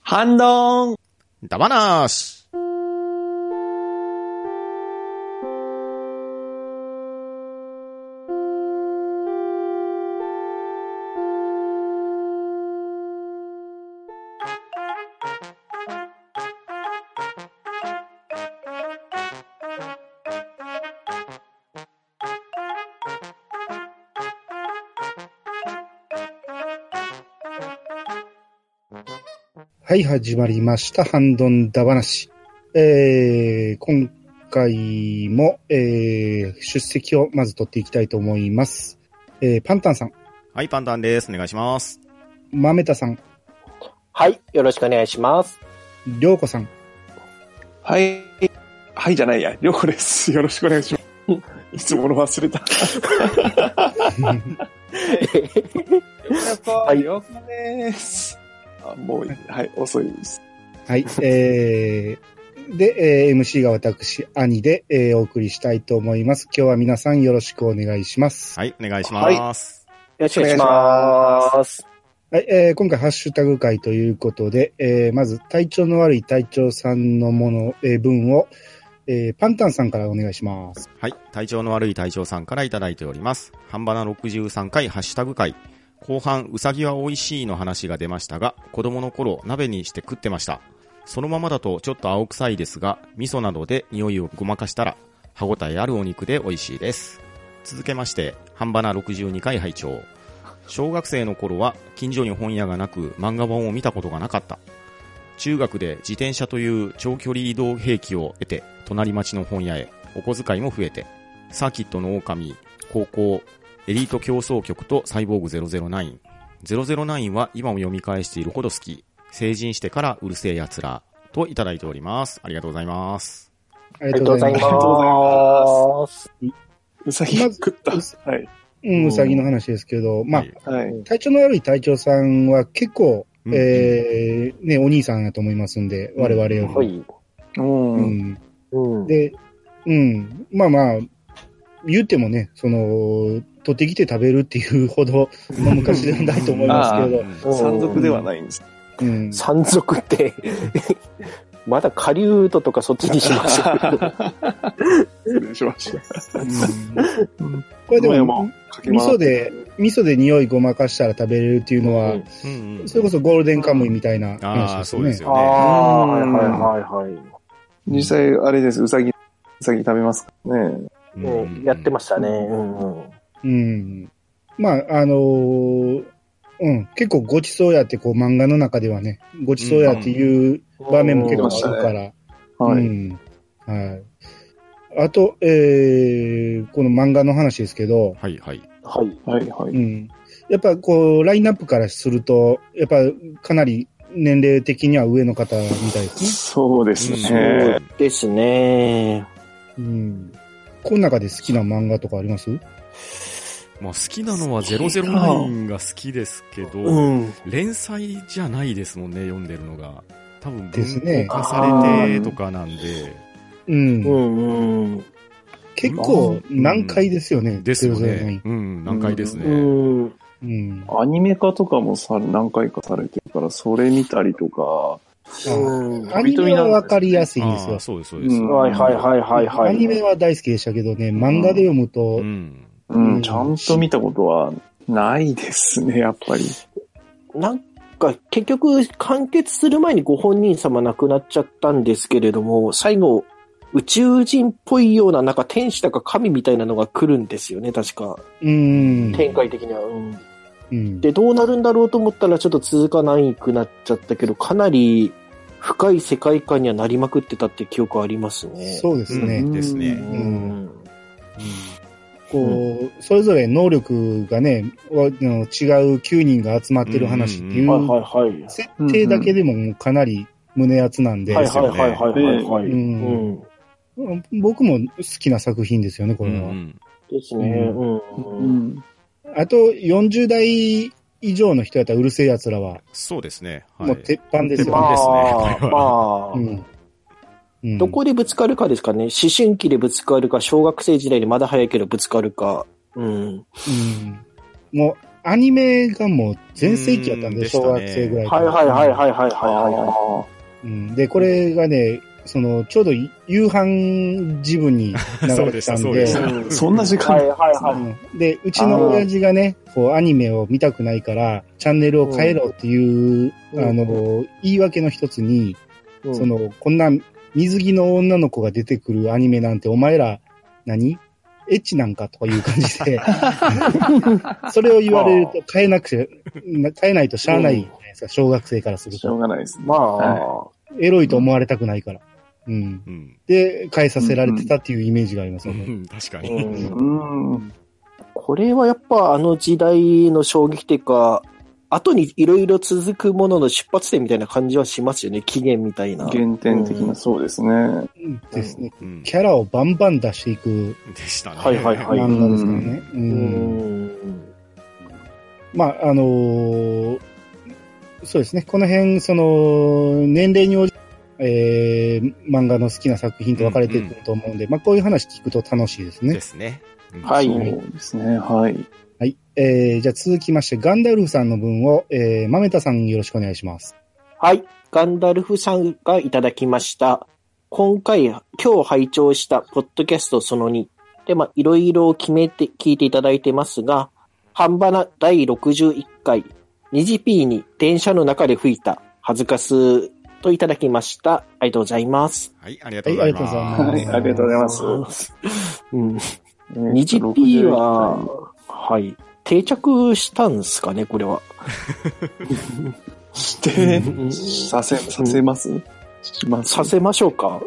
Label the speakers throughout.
Speaker 1: ハンドン
Speaker 2: だばなーし。
Speaker 3: はい、始まりました。ハンドンダ話。えー、今回も、えー、出席をまず取っていきたいと思います。えー、パンタンさん、
Speaker 2: はい、パンタンです。お願いします。
Speaker 3: マメタさん、
Speaker 4: はい、よろしくお願いします。
Speaker 3: りょうこさん、
Speaker 1: はい。はいじゃないや。りょうこです。よろしくお願いします。いつもの忘れた。
Speaker 4: はい
Speaker 1: りょうこです。あ、もういい、はい、遅いです。
Speaker 3: はい、えー、で、えー、MC が私、兄で、えー、お送りしたいと思います。今日は皆さんよろしくお願いします。
Speaker 2: はい、お願いします。
Speaker 4: よろしくお願いします。
Speaker 3: はい、えー、今回ハッシュタグ会ということで、えー、まず体調の悪い隊長さんのもの、えー、文を、えー、パンタンさんからお願いします。
Speaker 2: はい、体調の悪い隊長さんからいただいております。半ばな63回ハッシュタグ会。後半、うさぎは美味しいの話が出ましたが、子供の頃、鍋にして食ってました。そのままだとちょっと青臭いですが、味噌などで匂いをごまかしたら、歯ごたえあるお肉で美味しいです。続けまして、半ばな62回拝聴小学生の頃は近所に本屋がなく漫画本を見たことがなかった。中学で自転車という長距離移動兵器を得て、隣町の本屋へ、お小遣いも増えて、サーキットの狼、高校、エリート競争局とサイボーグ009。009は今も読み返しているほど好き。成人してからうるせえ奴ら。といただいております。ありがとうございます。
Speaker 3: あ
Speaker 4: あ
Speaker 3: り
Speaker 4: りがとうござい
Speaker 1: ありがとうござい
Speaker 4: ます。
Speaker 1: うさぎ食った。
Speaker 3: ま
Speaker 1: はい。
Speaker 3: うん、うさぎの話ですけど、まあ
Speaker 2: は、い
Speaker 1: はい。
Speaker 3: 体調の悪い隊長さんは結構、
Speaker 2: うん
Speaker 3: えー、ね、お兄さんだと思いますんで、我々より。
Speaker 4: ほい。
Speaker 1: うん。
Speaker 3: う
Speaker 1: うん
Speaker 3: ん。
Speaker 4: うん。
Speaker 3: で、うん、まあまあ、言ってもね、その、取ってきて食べるっていうほど、まあ昔ではないと思いますけど、
Speaker 1: 山賊ではないんです。
Speaker 3: うん。
Speaker 4: 山賊って、 まだ下流度とかそっちにしましょう。
Speaker 1: 失礼しました。
Speaker 3: うんこれでも、味噌で、味噌で匂いごまかしたら食べれるっ ていうのは、
Speaker 2: うんうん
Speaker 3: それこそゴールデンカムイみたいな話
Speaker 2: あ
Speaker 3: で
Speaker 2: あ、
Speaker 3: す
Speaker 2: そ
Speaker 3: よ
Speaker 2: うで
Speaker 3: ね
Speaker 2: す。
Speaker 4: あ
Speaker 2: よね。
Speaker 4: あ、
Speaker 1: う
Speaker 4: はい
Speaker 1: ん
Speaker 4: はいはいは
Speaker 1: 実際、あれです。うさぎ、うさぎ食べますからね。
Speaker 4: い。ねやってま
Speaker 2: し
Speaker 4: したね。うんうん。
Speaker 3: うん。まあ、あのーうん、結構ごちそうやって、こう漫画の中ではね、ごちそうやっていう場面も結構あるから。
Speaker 1: は
Speaker 3: う
Speaker 1: い。
Speaker 3: ん。はい。あと、えー、この漫画の話ですけど、
Speaker 2: はいはい。
Speaker 4: はい。
Speaker 1: はい、は
Speaker 3: う
Speaker 1: い。
Speaker 3: ん。やっぱこう、ラインナップからすると、やっぱかなり年齢的には上の方みたいですね。
Speaker 1: そうです
Speaker 4: そ
Speaker 1: ね
Speaker 4: う。ですね。
Speaker 3: うん。この中で好きな漫画とかあります
Speaker 2: まあ好きなのは009が好きですけど、
Speaker 4: ん。
Speaker 2: 連載じゃないですもんね、読んでるのが。多分
Speaker 3: です
Speaker 2: 文
Speaker 3: ね
Speaker 2: 庫化されてとかなんで。
Speaker 3: うん。
Speaker 4: うんうん。
Speaker 3: 結構難解ですよね。
Speaker 2: ですよ
Speaker 3: 009
Speaker 2: ね。。うん、難解ですね。
Speaker 4: うん。
Speaker 3: うん。
Speaker 1: アニメ化とかもさ、何回かされてるから、それ見たりとか、
Speaker 4: うん
Speaker 3: アニメはわかりやすいんです
Speaker 2: あ
Speaker 3: よ
Speaker 2: あ。そうです、そうです。
Speaker 1: うん
Speaker 4: はいはいはいはいはい。
Speaker 3: アニメは大好きでしたけどね、漫画で読むと、
Speaker 2: うん。
Speaker 1: うん、
Speaker 3: うん
Speaker 1: ちゃんと見たことはないですね、やっぱり。
Speaker 4: なんか、結局、完結する前にご本人様亡くなっちゃったんですけれども、最後、宇宙人っぽいような、なんか天使だか神みたいなのが来るんですよね、確か。
Speaker 3: うん。
Speaker 4: 展開的には。うん
Speaker 3: うん
Speaker 4: で、どうなるんだろうと思ったら、ちょっと続かないくなっちゃったけど、かなり深い世界観にはなりまくってたって記憶ありますね。
Speaker 3: そうですね。
Speaker 2: うんですね。
Speaker 4: う
Speaker 3: うん
Speaker 4: ん。
Speaker 3: こう、それぞれ能力がね、わあの違う9人が集まってる話ってい、
Speaker 4: はいうはいはい。
Speaker 3: 設定だけでももうかなり胸熱なんで、
Speaker 4: はいはいはいはいはい。
Speaker 3: う
Speaker 4: うんん。
Speaker 3: 僕も好きな作品ですよね、これは。
Speaker 2: うん
Speaker 4: ですね。うん。
Speaker 1: うん。
Speaker 3: あと、40代以上の人やったらうるせえ奴らは、
Speaker 2: そうですね。はい。
Speaker 3: もう鉄板です
Speaker 2: ま
Speaker 3: よ
Speaker 2: あ
Speaker 3: ね。
Speaker 2: これは
Speaker 4: まあ、
Speaker 3: うんうん
Speaker 4: どこでぶつかるかですかね。思春期でぶつかるか、小学生時代にまだ早いけどぶつかるか。うん。
Speaker 3: うんもう、アニメがもう全盛期やったん
Speaker 2: うん
Speaker 3: で、
Speaker 2: でした
Speaker 3: 小
Speaker 2: ね
Speaker 3: 学生ぐらいか
Speaker 4: はい
Speaker 3: ら。
Speaker 4: はいはいはいはいはいはいはい。
Speaker 1: あ
Speaker 3: うん、で、これがね、その、ちょうどい夕飯時分に流れてたん
Speaker 2: そうで
Speaker 3: で、
Speaker 2: した
Speaker 1: あ。そんな時間
Speaker 4: はいはいはい。
Speaker 3: うんで、うちの親父がね、こう、アニメを見たくないから、チャンネルを変えろっていう、
Speaker 4: うん
Speaker 3: あの、言い訳の一つに、
Speaker 4: うん
Speaker 3: その、こんな水着の女の子が出てくるアニメなんて、お前ら何、エッチなんかとかいう感じで、それを言われると変えなくちゃ、な変えないとしゃあないじゃないですか、小学生からする
Speaker 1: しょ
Speaker 3: と。
Speaker 1: うがないですね。
Speaker 4: まあ、
Speaker 3: エロいと思われたくないから。うん。
Speaker 2: うん。
Speaker 3: で、変えさせられてたっていうイメージがあります
Speaker 2: う
Speaker 3: よね。
Speaker 2: ん確か
Speaker 4: う
Speaker 2: に。
Speaker 4: ん
Speaker 1: うん。
Speaker 4: これはやっぱあの時代の衝撃っていうか、後にいろいろ続くものの出発点みたいな感じはしますよね、起源みたいな。
Speaker 1: 原点的
Speaker 4: う
Speaker 1: なんそうですね。
Speaker 3: ですね。
Speaker 2: うん
Speaker 3: キャラをバンバン出していく
Speaker 2: でしたね。
Speaker 4: はいはいはい
Speaker 3: 漫画ですからね。う。
Speaker 4: うんん。
Speaker 3: まあ、あのーそうですね。この辺、その、年齢に応じえー、漫画の好きな作品と分かれてくると思うんで、まあ、こういう話聞くと楽しいですね
Speaker 2: で。すね。うん
Speaker 4: はい
Speaker 1: そうですね。はい。
Speaker 3: はい。えー、じゃあ続きまして、ガンダルフさんの分を、えー、マメタさんよろしくお願いします。
Speaker 4: はい。ガンダルフさんがいただきました。今回、今日拝聴したポッドキャストその2。で、まあ、いろいろ決めて、聞いていただいてますが、半ばな第61回、ニジピーに電車の中で吹いた、恥ずかすといただきました。ありがとうございます。
Speaker 2: はい、ありがとうございます。
Speaker 3: はいありがとうございま
Speaker 1: は
Speaker 3: す
Speaker 1: い。ありがとうございます。
Speaker 4: うん。
Speaker 1: えー
Speaker 4: ニジピーは、はい、定着したんですかね、これは。
Speaker 1: して、 させ、させますします
Speaker 4: させましょうか。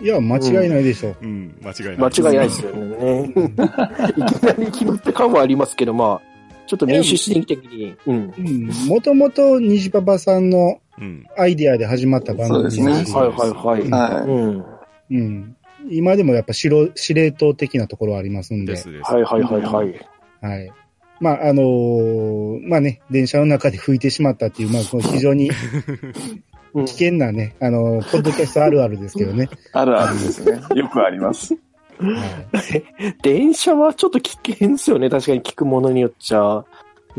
Speaker 3: いや、間違いないでしょう。
Speaker 2: うん、間違いない。
Speaker 4: 間違いないですよね。いきなり決まった感はありますけど、まあ、ちょっと民主主義的に。うん。
Speaker 3: うん。もともと、虹パパさんの
Speaker 2: うん。
Speaker 3: アイデアで始まった番組
Speaker 1: そうですね
Speaker 4: はいはいはい。
Speaker 1: は
Speaker 4: うん。
Speaker 3: うん。今でもやっぱしろ司令塔的なところはありますんで。
Speaker 2: ですです。
Speaker 4: はいはいはいはい。
Speaker 3: はい。まあ、あのーまあね、電車の中で吹いてしまったっていう、まあ、この非常に危
Speaker 4: うん
Speaker 3: 険なね、あのーポッドキャストあるあるですけどね。
Speaker 1: い。あるあるですね。よくあります。
Speaker 3: はい
Speaker 4: 電車はちょっと危険ですよね。確かに聞くものによっちゃ。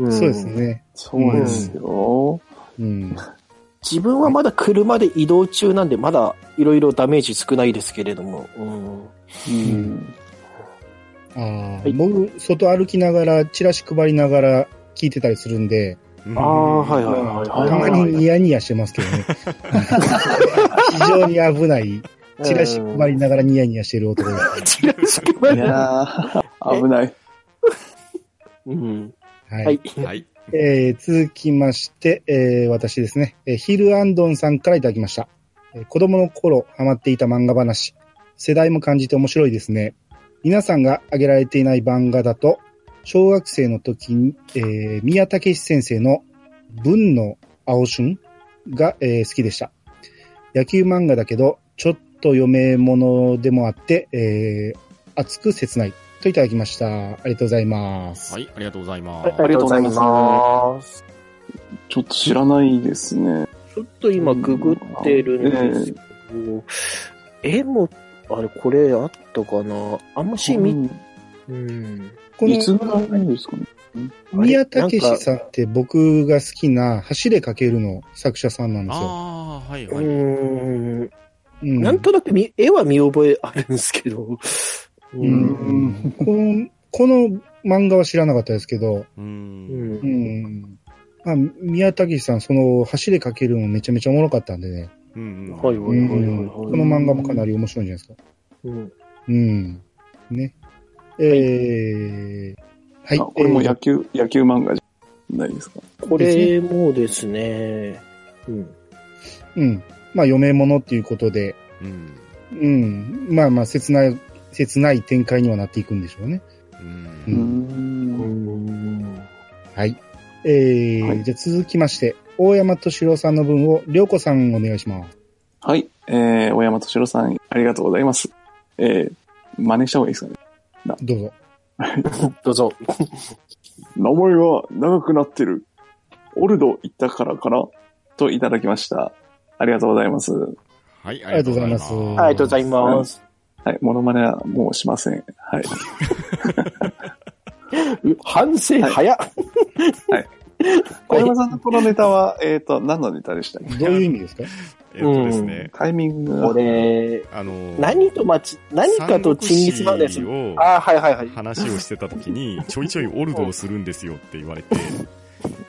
Speaker 4: ん
Speaker 3: そうです。ね。
Speaker 1: そうですよ。
Speaker 3: うん。
Speaker 4: 自分はまだ車で移動中なんで、まだいろいろダメージ少ないですけれども。うん。
Speaker 1: うん。
Speaker 3: ああ、
Speaker 4: い
Speaker 3: 僕、外歩きながら、チラシ配りながら聞いてたりするんで、
Speaker 2: うん
Speaker 4: ああ、はいはいはいはい
Speaker 3: た
Speaker 4: はい。
Speaker 3: まにニヤニヤしてますけど ね。非常に危ない。チラシ配りながらニヤニヤしてる男です。
Speaker 4: チラシ配
Speaker 1: い
Speaker 4: り。
Speaker 1: やー、危ない。
Speaker 4: うん。
Speaker 3: はい
Speaker 4: はい。
Speaker 2: はい。
Speaker 3: えー続きまして、えー私ですね、えーヒル・アンドンさんからいただきました。えー子供の頃ハマっていた漫画話。世代も感じて面白いですね。皆さんが挙げられていない漫画だと、小学生の時に、えー宮武先生の文の青春が、えー好きでした。野球漫画だけど、ちょっと読め物でもあって、えー熱く切ない。といただきました。ありがとうございます。
Speaker 2: はい、ありがとうございま
Speaker 4: あ
Speaker 2: す。
Speaker 4: りがとうございます。
Speaker 1: ちょっと知らないですね。
Speaker 4: ちょっと今ググってるんですけど、絵も、あれ、これあったかなあんましみ、うん。
Speaker 3: こ
Speaker 1: いつぐらいですかね。
Speaker 3: 宮武さんって僕が好きな走れかけるの作者さんなんですよ。
Speaker 2: ああ、はいうはい。
Speaker 4: ーん。
Speaker 3: うん
Speaker 4: なんとなくみ絵は見覚えあるんですけど、う。
Speaker 3: うんんこの、この漫画は知らなかったですけど、
Speaker 2: う。
Speaker 4: うん。
Speaker 3: うんんまあ、宮武さん、その走れかけるのめちゃめちゃおもろかったんでね、
Speaker 2: うん。
Speaker 4: はいは
Speaker 3: う
Speaker 4: いはい
Speaker 3: んこの
Speaker 4: は
Speaker 3: 漫画もかなり面白いんじゃないですか。
Speaker 4: い。うん
Speaker 3: うん。ね。えー、はい。
Speaker 1: あこれも
Speaker 3: えー
Speaker 1: 野球、野球漫画じゃないですか。。
Speaker 4: これもですね、うん。
Speaker 3: うん。まあ、読め物っていうことで、
Speaker 2: うん。
Speaker 3: うん。まあまあ、切ない、切ない展開にはなっていくんでしょうね。
Speaker 2: うん
Speaker 3: うん
Speaker 4: うんん。
Speaker 3: はい。えー
Speaker 1: はい
Speaker 3: じゃあ続きまして、大山敏郎さんの分を、りょうこさんお願いします。
Speaker 1: はい。えー、小山敏郎さん、ありがとうございます。えー、真似した方がいいですかね。
Speaker 3: どうぞ。
Speaker 4: どうぞ。
Speaker 1: 名前は長くなってる。オルド行ったからかなといただきました。ありがとうございます。は
Speaker 2: はい、あ
Speaker 3: りがとうございます
Speaker 4: ありがとうございます。
Speaker 1: い。モノマネはもうしません。はい。
Speaker 4: 反省早っ、
Speaker 1: 小山さんのこのネタは、えっ、と、何のネタでしたっけ
Speaker 3: どういう意味ですか
Speaker 2: えっとですね、
Speaker 1: タイミングが
Speaker 4: これ、
Speaker 2: あの、
Speaker 4: 何とまち、何かとチンギスマンです
Speaker 2: 三。国志を
Speaker 4: ああ、はいはいはい。
Speaker 2: 話をしてた時に、ちょいちょいオルドをするんですよって言われて、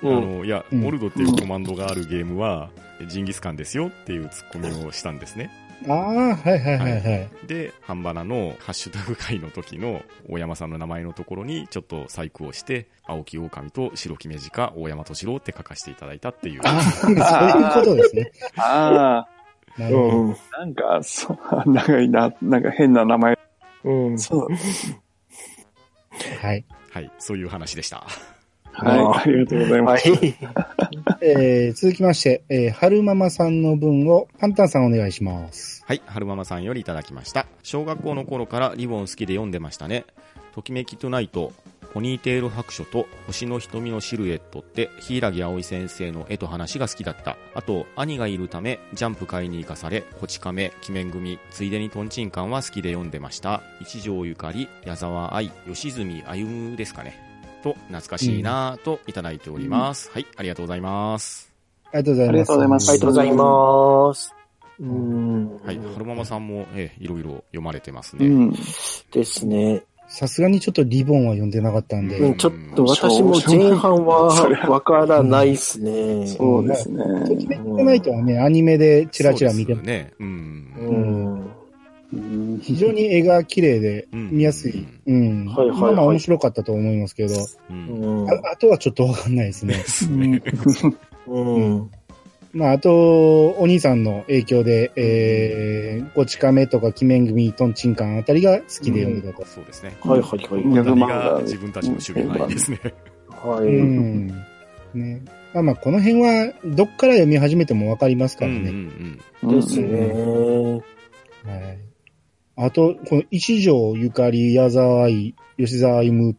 Speaker 4: う
Speaker 2: あ
Speaker 4: ん。
Speaker 2: の、いや、
Speaker 3: うん
Speaker 2: オルドっていうコマンドがあるゲームは、ジンギスカンですよっていうツッコミをしたんですね。
Speaker 3: ああ、はいはいはいはい。
Speaker 2: で、ハンバナのハッシュタグ会の時の大山さんの名前のところにちょっと細工をして、青木狼と白木目鹿大山敏郎って書かせていただいたっていう。
Speaker 3: ああ、そういうことです ね。
Speaker 1: あ
Speaker 3: なるほど。
Speaker 4: うん。
Speaker 1: あ、なんか、そう、 長いな、なんか変な名前。
Speaker 4: うん。
Speaker 1: そう。
Speaker 3: はい。
Speaker 2: はい、そういう話でした。
Speaker 1: はい、ありがとうございま
Speaker 4: は
Speaker 1: す。
Speaker 4: い。
Speaker 3: えー、続きまして、えー、春ママさんの分を、パンタンさんお願いします。
Speaker 2: はい、春ママさんよりいただきました。小学校の頃からリボン好きで読んでましたね。ときめきトゥナイト、ポニーテール白書と星の瞳のシルエットって、柊木葵先生の絵と話が好きだった。あと、兄がいるため、ジャンプ買いに行かされ、こち亀、鬼面組、ついでにトンチンカンは好きで読んでました。一条ゆかり、矢沢愛、吉住歩ですかね。と、懐かしいなぁといただいております。はい、ありがとうございます。
Speaker 3: ありがとうございます。
Speaker 1: ありがとうございます
Speaker 4: ありがとうございます。うん。
Speaker 2: はい、春ママさんも、ええいろいろ読まれてます
Speaker 1: う
Speaker 2: ね。
Speaker 1: ん。
Speaker 4: ですね。
Speaker 3: さすがにちょっとリボンは読んでなかったんで。
Speaker 4: うん、ちょっと私も前半は
Speaker 1: そりゃ
Speaker 4: わからないっすね。
Speaker 1: そうですね。
Speaker 3: ときめきトナイトはね、アニメでチラチラ見て
Speaker 2: そ
Speaker 3: も
Speaker 2: うですよね。うん。
Speaker 4: うん。
Speaker 1: うん
Speaker 3: 非常に絵が綺麗で、
Speaker 2: うん
Speaker 3: 見やすい。うん。
Speaker 4: はいはいはい
Speaker 3: まあまあ面白かったと思いますけど、
Speaker 2: うん。
Speaker 4: うん。
Speaker 3: ああとはちょっとわかんないですね
Speaker 2: で。すね。
Speaker 4: うん。
Speaker 3: まあ、あと、お兄さんの影響で、えー、ごちかめとか、鬼面組、トンチンカンあたりが好きで読んでたと。
Speaker 2: そうですね。
Speaker 4: はいはいはい。
Speaker 1: うん
Speaker 2: 何が自分たちの守備範囲ですね。
Speaker 4: は
Speaker 3: う
Speaker 4: い。
Speaker 3: ん。ね。まあまあ、この辺は、どっから読み始めてもわかります
Speaker 2: う
Speaker 3: か
Speaker 2: ん
Speaker 3: ら
Speaker 2: う
Speaker 3: ね。
Speaker 2: ん
Speaker 4: ですね。
Speaker 3: はい。あと、この一条ゆかり、矢沢愛、吉沢歩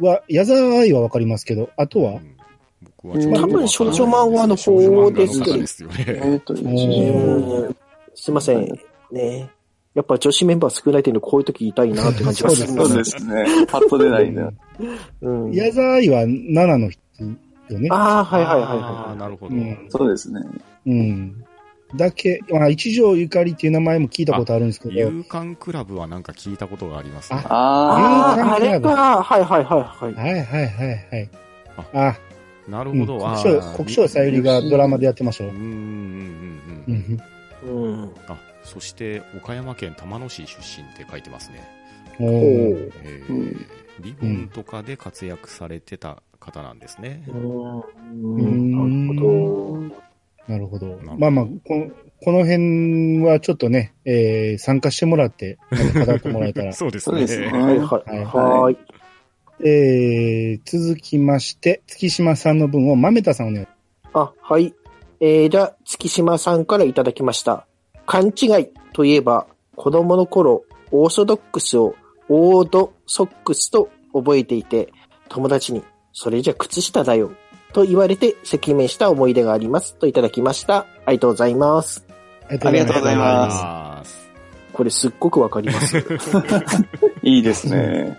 Speaker 3: は、矢沢愛はわかりますけど、あと
Speaker 2: う
Speaker 3: は、
Speaker 2: ん。僕はちょっと
Speaker 1: 多
Speaker 4: 分少女漫画の方ですけど
Speaker 2: ですよね。
Speaker 1: えっと、一条
Speaker 4: うんすいません。ねやっぱ女子メンバー少ないっていうのこういう時痛いなって感じがするん
Speaker 1: そうですね。パッと出ないんだよ。
Speaker 4: うん。
Speaker 3: 矢沢愛は7の人よね。
Speaker 4: ああ、はいはいはい
Speaker 2: あ
Speaker 4: は
Speaker 2: ーなるほど
Speaker 3: う。ん
Speaker 1: そうですね。
Speaker 3: うん。だけ、まあ、一条ゆかりっていう名前も聞いたことあるんですけど、
Speaker 2: 勇敢クラブはなんか聞いたことがありますね。
Speaker 4: い。
Speaker 1: あ
Speaker 4: ああ、あれか。はいはいはいはい。
Speaker 3: はいはいはいはい
Speaker 2: あ。
Speaker 3: あ、
Speaker 2: なる
Speaker 3: うん、
Speaker 2: ほ
Speaker 3: 国
Speaker 2: ど。あ
Speaker 3: 章
Speaker 2: ー
Speaker 3: 国章さゆりがドラマでやってましたよ
Speaker 2: うんう。ん
Speaker 3: う
Speaker 2: うんうん。
Speaker 3: ん
Speaker 4: うん。
Speaker 2: あ、そして岡山県玉野市出身って書いてますね。
Speaker 3: おー
Speaker 2: え
Speaker 1: う
Speaker 2: ー
Speaker 1: ん
Speaker 2: リボンとかで活躍されてた方なんですね。
Speaker 4: うん。なるほど。
Speaker 3: なるほど
Speaker 2: ほど。
Speaker 3: まあまあ、このこの辺はちょっとね、えー参加してもらって、なんか語ってもらえたら。
Speaker 2: そうです
Speaker 1: そうですね。
Speaker 2: ね。
Speaker 4: はいはい。はい。
Speaker 3: えー、続きまして、月島さんの分を豆田さんお願いしま
Speaker 4: あ、はい。えー、じゃあ、月島さんからいただきました。勘違いといえば、子供の頃、オーソドックスをオードソックスと覚えていて、友達に、それじゃ靴下だよ、と言われて赤面した思い出があります、といただきました。ありがとうございます。
Speaker 3: す。
Speaker 1: ありがとうございます
Speaker 2: す。
Speaker 4: これすっごくわかります。
Speaker 1: いいですね。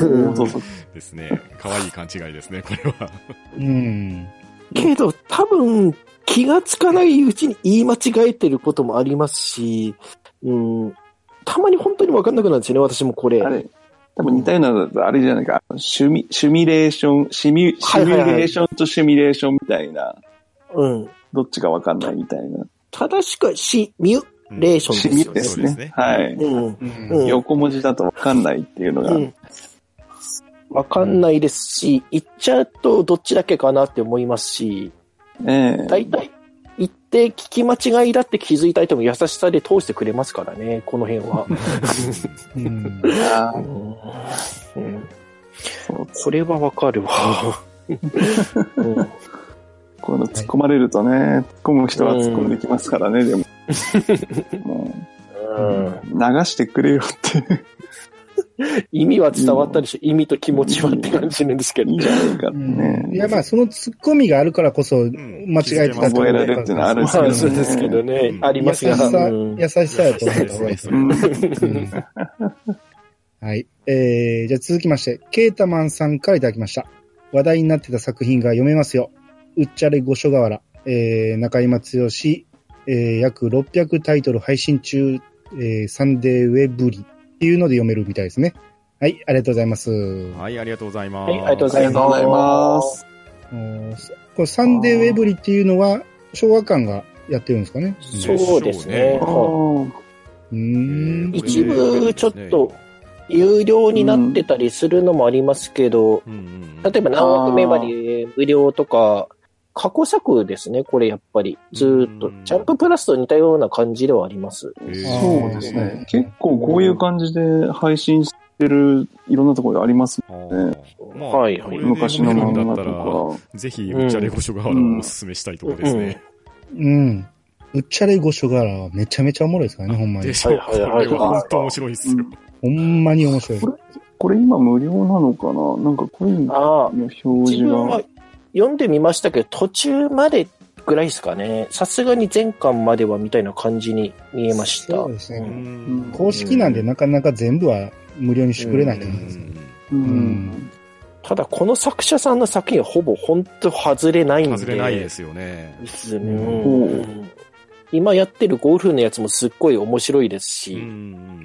Speaker 4: うん
Speaker 1: そうそう
Speaker 2: ですね。可愛い勘違いですね、これは。
Speaker 3: うん。
Speaker 4: けど、多分、気がつかないうちに言い間違えてることもありますし、うん、たまに本当にわかんなくなるんですよね、私もこれ。
Speaker 1: あれ、多分似たようなのだと、あれじゃないか、シュミ、シュミレーション、シミ、シミュレーションとシミュレーションみたいな、
Speaker 4: うん。
Speaker 1: どっちかわかんないみたいな。
Speaker 4: 正しくはシミュレーショ
Speaker 1: シ
Speaker 4: ンで
Speaker 1: ミ
Speaker 4: すよ
Speaker 1: で
Speaker 4: ね。
Speaker 1: す
Speaker 2: そうです
Speaker 1: ね
Speaker 2: ね。
Speaker 1: はい。
Speaker 4: うん。
Speaker 3: うん
Speaker 1: 横文字だとわかんないっていうのが、
Speaker 4: うん。わかんないですし、言っちゃうとどっちだけかなって思いますし、
Speaker 1: ええ
Speaker 4: 大体言って聞き間違いだって気づいた人も優しさで通してくれますからね、この辺は。
Speaker 3: うん
Speaker 1: あ
Speaker 4: う
Speaker 1: ー
Speaker 4: んうん
Speaker 1: そう
Speaker 4: これはわかるわ。うん
Speaker 1: こういうの突っ込まれるとね、突っ込む人は突っ込んできますからね、で も。も
Speaker 4: うん
Speaker 1: う、流してくれよって、
Speaker 4: 意味は伝わったでしょ、意味と気持ちはって感じなんですけど
Speaker 1: いい。じゃないかって
Speaker 3: うん
Speaker 1: ね。
Speaker 3: いや、まあ、そのツッコミがあるからこそ、
Speaker 2: ん
Speaker 3: 間違えてたと思
Speaker 1: 覚えられるっていうのはあるん
Speaker 4: ま
Speaker 1: で
Speaker 4: あ
Speaker 1: すけどね。
Speaker 4: そうですけどね、
Speaker 2: うん
Speaker 4: あり
Speaker 3: 優
Speaker 4: ま
Speaker 3: し
Speaker 4: すが。
Speaker 3: さ、
Speaker 4: うん
Speaker 3: 優しさやと思った方がいいです
Speaker 1: う
Speaker 3: ね。
Speaker 1: ん
Speaker 3: うんはい。えー、じゃあ続きまして、ケータマンさんからいただきました。話題になってた作品が読めますよ。うっちゃれ五所川原、えー、中井松義、えー、約600タイトル配信中、えー、サンデーウェブリっていうので読めるみたいですね。はい、ありがとうございます。
Speaker 2: はい、ありがとうございます。
Speaker 4: はい、ありがとうござい
Speaker 1: あ
Speaker 4: ます。
Speaker 1: りがとうございます
Speaker 3: おーこれサンデーウェブリっていうのは、昭和館がやってるんですかね。
Speaker 4: そうですね
Speaker 2: でしょうね。
Speaker 4: は
Speaker 3: うーん。
Speaker 4: 一部ちょっとい有料になってたりするのもありますけど、
Speaker 2: うんうんうん、
Speaker 4: 例えば何億メバリ無料とか、過去作ですね、これやっぱり。ずーっ
Speaker 2: う
Speaker 4: と
Speaker 2: ん。
Speaker 4: ジャンププラスと似たような感じではあります。
Speaker 2: えー
Speaker 1: そうです
Speaker 3: うん
Speaker 1: ね。結構こういう感じで配信してるいろんなところあります。
Speaker 2: あーまあ、
Speaker 4: はいはい
Speaker 2: これで
Speaker 1: 昔の
Speaker 2: 読め
Speaker 1: 漫
Speaker 2: るん
Speaker 1: 画
Speaker 2: だったら、
Speaker 1: と
Speaker 2: ぜひ、うっちゃれご所があるをおすすめしたいところですね。
Speaker 3: うん。うっちゃれ五所川原はめちゃめちゃおもろいですからね、ほんまに
Speaker 2: で。しょ、
Speaker 4: はいはいはいはい
Speaker 2: これは本当面白いっすよ。
Speaker 1: うん
Speaker 3: ほんまに面白い。
Speaker 1: か、これ今無料なのかななんかこういうの
Speaker 4: ああ、
Speaker 1: 表
Speaker 4: 自
Speaker 1: 示
Speaker 4: 分は
Speaker 1: が。
Speaker 4: 読んでみましたけど、途中までぐらいですかね。さすがに前巻まではみたいな感じに見えました。
Speaker 3: そうですね。
Speaker 2: うん
Speaker 3: 公式なんでなかなか全部は無料にしてくれないと思います。
Speaker 1: う
Speaker 3: うん
Speaker 1: ん。
Speaker 4: ただ、この作者さんの作品はほぼ本当外れないんで。
Speaker 2: 外れないですよね。
Speaker 4: ですね。
Speaker 3: うん
Speaker 1: うん
Speaker 4: 今やってるゴルフのやつもすっごい面白いですし、
Speaker 2: うん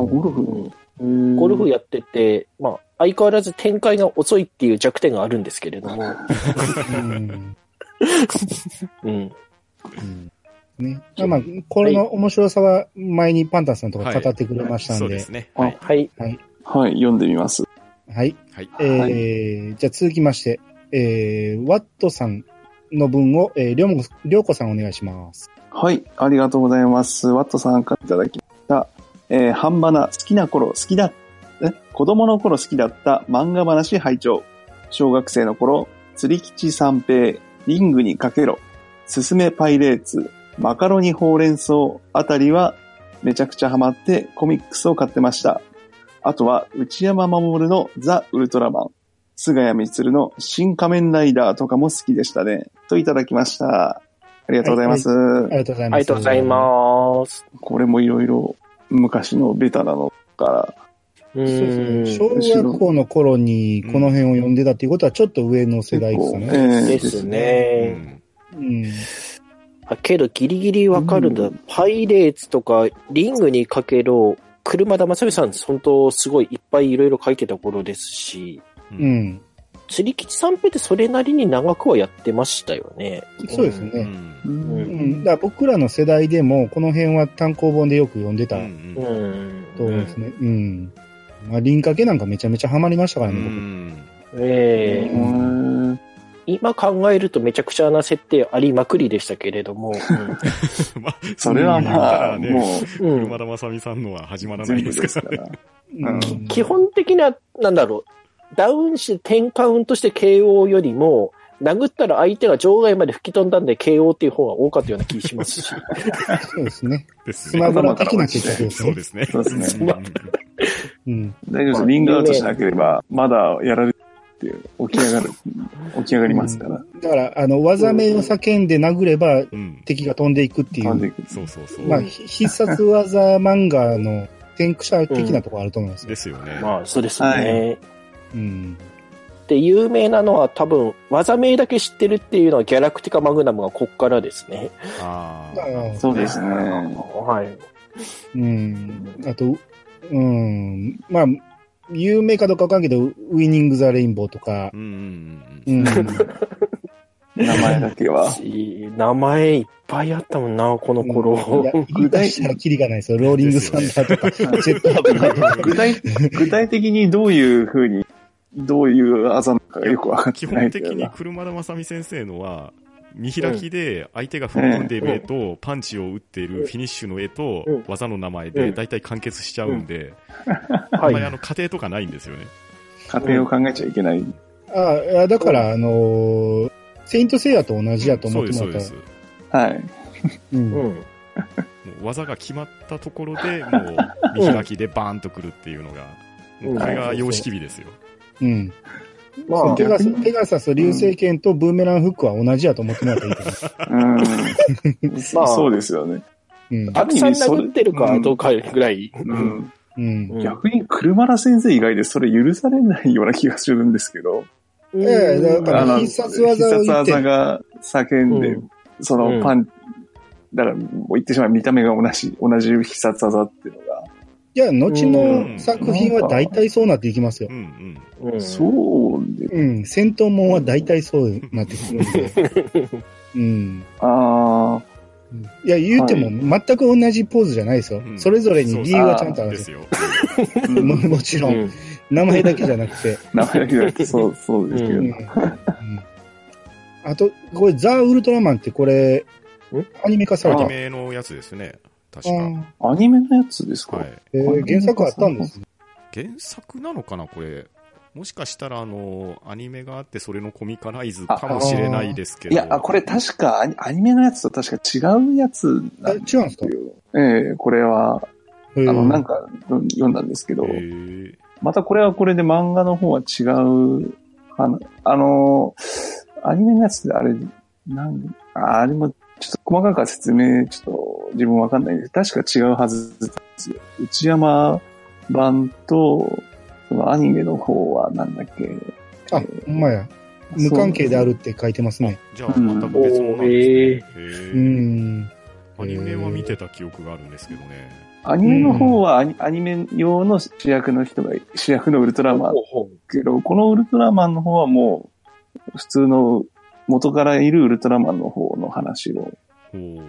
Speaker 1: あ、
Speaker 3: うおう
Speaker 1: ゴル
Speaker 4: う
Speaker 1: フ
Speaker 4: ん
Speaker 1: へー
Speaker 4: ゴルフやってて、まあ、相変わらず展開が遅いっていう弱点があるんですけれども、
Speaker 3: うん
Speaker 4: うん。
Speaker 3: ね。まあまあ、これの面白さは前にパンタンさんとか語ってくれました
Speaker 2: そ
Speaker 3: ん
Speaker 2: う
Speaker 3: で。は
Speaker 2: で
Speaker 3: い
Speaker 2: す。ね。
Speaker 1: あ
Speaker 2: はい。
Speaker 4: はい。
Speaker 1: はい、読んでみます。
Speaker 2: はい。
Speaker 3: えー、じゃあ続きまして、えー、ワットさんの分を、えー、りょうもりょうこさんお願いします。
Speaker 1: はい、ありがとうございます。ワットさんからいただきました。えー、半ばな、好きな頃、好きだ、え子供の頃好きだった漫画話拝聴小学生の頃、釣り吉三平、リングにかけろ、すすめパイレーツ、マカロニほうれん草あたりは、めちゃくちゃハマってコミックスを買ってました。あとは、内山守のザ・ウルトラマン、菅谷光の新仮面ライダーとかも好きでしたね。といただきました。ありがとうございます。
Speaker 3: ありがとうございます。
Speaker 4: ありがとうございます。
Speaker 1: これもいろいろ昔のベタなのから、
Speaker 4: う
Speaker 3: そうで
Speaker 4: ん。
Speaker 3: すね。小学校の頃にこの辺を読んでたっていうことはちょっと上の世代ですかね。
Speaker 1: ええ
Speaker 4: ですね。
Speaker 3: うん。
Speaker 4: あけど、ギリギリわかるんだ。
Speaker 1: うん
Speaker 4: パイレーツとか、リングにかけろ、車田正美さん、本当すごいいっぱいいろいろ書いてた頃ですし、
Speaker 2: う。
Speaker 3: うんん。
Speaker 4: 釣り吉三平ってそれなりに長くはやってましたよね。
Speaker 3: そうです
Speaker 2: う
Speaker 3: ね。
Speaker 2: ん。
Speaker 1: うん
Speaker 4: う
Speaker 3: うん、だから僕らの世代でも、この辺は単行本でよく読んでた
Speaker 2: うん
Speaker 4: う
Speaker 2: うん
Speaker 4: ん。
Speaker 3: と思うんですね。うん。まあ、輪掛けなんかめちゃめちゃハマりましたから
Speaker 2: う
Speaker 3: ね、
Speaker 2: ん
Speaker 4: ええ
Speaker 1: うん
Speaker 4: 今考えるとめちゃくちゃな設定ありまくりでしたけれども、
Speaker 2: まあ、
Speaker 1: それはまあ、
Speaker 2: うん
Speaker 1: も
Speaker 4: うんうん
Speaker 2: 車田正美さんのは始ま
Speaker 1: う、
Speaker 2: らな
Speaker 1: 全
Speaker 2: い
Speaker 1: 部
Speaker 2: です
Speaker 1: で
Speaker 2: か
Speaker 1: す
Speaker 2: ら
Speaker 1: か
Speaker 2: ね。
Speaker 1: ら。
Speaker 3: 僕。
Speaker 1: うん
Speaker 3: うん
Speaker 4: 基本的な、なんだろう、ダウンして10カウントして KO よりも、殴ったら相手が場外まで吹き飛んだんで KO っていう方が多かったような気しますし。
Speaker 3: そうですね。
Speaker 2: です
Speaker 3: スマ
Speaker 2: ね。
Speaker 3: ブラ的な結果です
Speaker 2: そう
Speaker 3: ね。
Speaker 2: ですね。
Speaker 1: そうですね
Speaker 2: ん
Speaker 3: うん。
Speaker 1: 大丈夫です。リングアウトしなければ、まだやられてる起き上がる、起き上がりますから。
Speaker 3: だから、あの、技名を叫んで殴れば
Speaker 2: うん。
Speaker 3: 敵が飛んでいくってい
Speaker 1: 飛んで
Speaker 3: う、
Speaker 1: いく
Speaker 2: そうそうそう。
Speaker 3: まあ、ひ必殺技漫画の先駆者的なところあると思うんですよ。
Speaker 2: ですよね。
Speaker 4: まあ、そうですね。
Speaker 1: は
Speaker 3: うん。
Speaker 4: で、有名なのは多分、技名だけ知ってるっていうのはギャラクティカマグナムがこっからですね。
Speaker 2: あ
Speaker 3: だから
Speaker 1: そうですね。
Speaker 4: は
Speaker 3: う
Speaker 4: い。
Speaker 3: ん。あと、うん。まあ、有名かどうかわかんないけど、ウィニング・ザ・レインボーとか
Speaker 2: あ。う、んうん
Speaker 3: うん。
Speaker 1: 名前だけは。
Speaker 4: 名前いっぱいあったもんな、この頃。
Speaker 3: いや、 言い出したらキリがないですよ。ローリングサンダーとか、ジェットアップ とか。
Speaker 1: 具体、具体的にどういう風に、どういうあざなのかがよくわか
Speaker 2: うん。
Speaker 1: っ
Speaker 2: 基
Speaker 1: てない
Speaker 2: 本
Speaker 1: け
Speaker 2: 的
Speaker 1: ど
Speaker 2: に
Speaker 1: な。
Speaker 2: 車田正美先生のは、見開きで相手が踏み込んでいる絵と、パンチを打っているフィニッシュの絵と
Speaker 4: うん、
Speaker 2: 技の名前
Speaker 4: う
Speaker 2: で
Speaker 4: ん
Speaker 2: 大体完結しちゃうんで、あ
Speaker 4: は
Speaker 2: んまりあ
Speaker 4: い。
Speaker 2: の、過程とかないんですよね。
Speaker 1: 家庭を考えちゃいけない。
Speaker 3: あいやだから、あのーセイントセイヤと同じやと
Speaker 2: そ
Speaker 3: 思
Speaker 2: う
Speaker 3: っ
Speaker 2: で
Speaker 3: て
Speaker 2: す、
Speaker 3: も
Speaker 2: そ
Speaker 3: ら
Speaker 2: う
Speaker 3: った
Speaker 2: で
Speaker 3: ら
Speaker 2: す。。
Speaker 1: はい。
Speaker 3: うん
Speaker 4: うん。
Speaker 2: もう技が決まったところで、もう見開きでバーンとくるっていうのが、もうこれが様式美ですよ。
Speaker 3: うん。
Speaker 4: ま
Speaker 3: そ
Speaker 4: あ
Speaker 3: うペ、ガス
Speaker 1: 逆に
Speaker 3: ペガサス、流星剣とブーメランフックは同じやと思ってもらったらいいかな。
Speaker 1: うん。
Speaker 4: まあ
Speaker 1: そうですよね。
Speaker 3: うん。
Speaker 4: たくさん殴ってるかどうかぐらい。
Speaker 1: うん。
Speaker 3: うん。
Speaker 4: うん
Speaker 1: 逆に車田先生以外でそれ許されないような気がするんですけど、
Speaker 3: ええだか
Speaker 1: あ
Speaker 3: ら
Speaker 1: の
Speaker 3: 必殺技を言って
Speaker 1: 必殺技が叫んで、
Speaker 4: うん
Speaker 1: そうの
Speaker 4: ん
Speaker 1: パン、だからもう言ってしまえば見た目が同じ、同じ必殺技っていうのが、
Speaker 3: いや、後
Speaker 2: う
Speaker 3: の
Speaker 2: ん
Speaker 3: 作品は大体そうなっていきますよ
Speaker 2: う。んうん。
Speaker 4: うん
Speaker 1: そうで、
Speaker 3: うん。戦闘もんは大体そうなってくるんで。うん。
Speaker 1: ああ、
Speaker 3: いや、言うても全く同じポーズじゃないですよ。
Speaker 2: うん
Speaker 3: それぞれに理由はちゃんとあるんで
Speaker 2: で
Speaker 3: す
Speaker 2: すよ。
Speaker 1: う
Speaker 3: よ。も
Speaker 1: ん
Speaker 3: もちろ、
Speaker 4: うんん
Speaker 3: 名前だけじゃなくて。
Speaker 1: 名前だけじゃなくて、そう、そうですけど。
Speaker 3: うんうんあと、これ、ザ・ウルトラマンってこれ
Speaker 4: ん、
Speaker 3: アニメ化され
Speaker 2: ア
Speaker 3: た
Speaker 2: ニ
Speaker 1: あ。
Speaker 2: メのやつですね。確か。
Speaker 3: あ
Speaker 1: アニメのやつですか、
Speaker 2: はい。
Speaker 3: えー原作あったんですね。
Speaker 2: 原作なのかな、これ。もしかしたら、あの、アニメがあって、それのコミカライズかもしれないですけど。
Speaker 1: いや、あこれ確かアニアニメのやつと確か違うやつ
Speaker 3: あ
Speaker 1: な
Speaker 3: 違うん
Speaker 1: ん
Speaker 3: で
Speaker 1: ですす
Speaker 3: か
Speaker 1: よ。ええこれは、
Speaker 3: あ
Speaker 1: あの、なんかうん読んだんですけど、
Speaker 2: へー
Speaker 1: またこれはこれで漫画の方は違うかな。あの、アニメのやつであれ、なん、ああれもちょっと細かくは説明、ちょっと自分わかんないんですけど、確か違うはずですよ。内山版と、そのアニメの方はなんだっけ。
Speaker 3: あ、ほんまや。無関係であるって書いてますね。
Speaker 2: じゃあ、全く別物なんですね。へ
Speaker 3: う
Speaker 2: ー
Speaker 3: ん。
Speaker 2: アニメは見てた記憶があるんですけどね。
Speaker 1: アニメの方はアニ,、アニメ用の主役の人が、主役のウルトラマンけど、このウルトラマンの方はもう、普通の元からいるウルトラマンの方の話を
Speaker 2: おー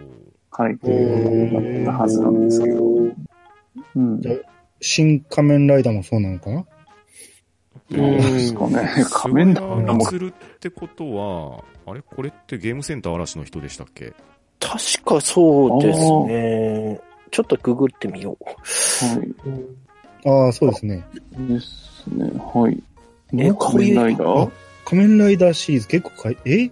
Speaker 1: 書いてるはずなんですけど。うん。
Speaker 3: じゃ新仮面ライダーもそうなのかな
Speaker 4: う
Speaker 1: どうで
Speaker 4: ん
Speaker 1: すかね。仮面ライダーも
Speaker 2: すごいな充ってことは、あれこれってゲームセンター嵐の人でしたっけ
Speaker 4: 確かそうですね。ちょっとググってみよ
Speaker 1: は
Speaker 4: う。
Speaker 3: ああ、そうですね。
Speaker 1: い。ですね。はい。
Speaker 4: え
Speaker 1: もう仮面ライダー
Speaker 3: 仮面ライダーシリーズ結構かい、え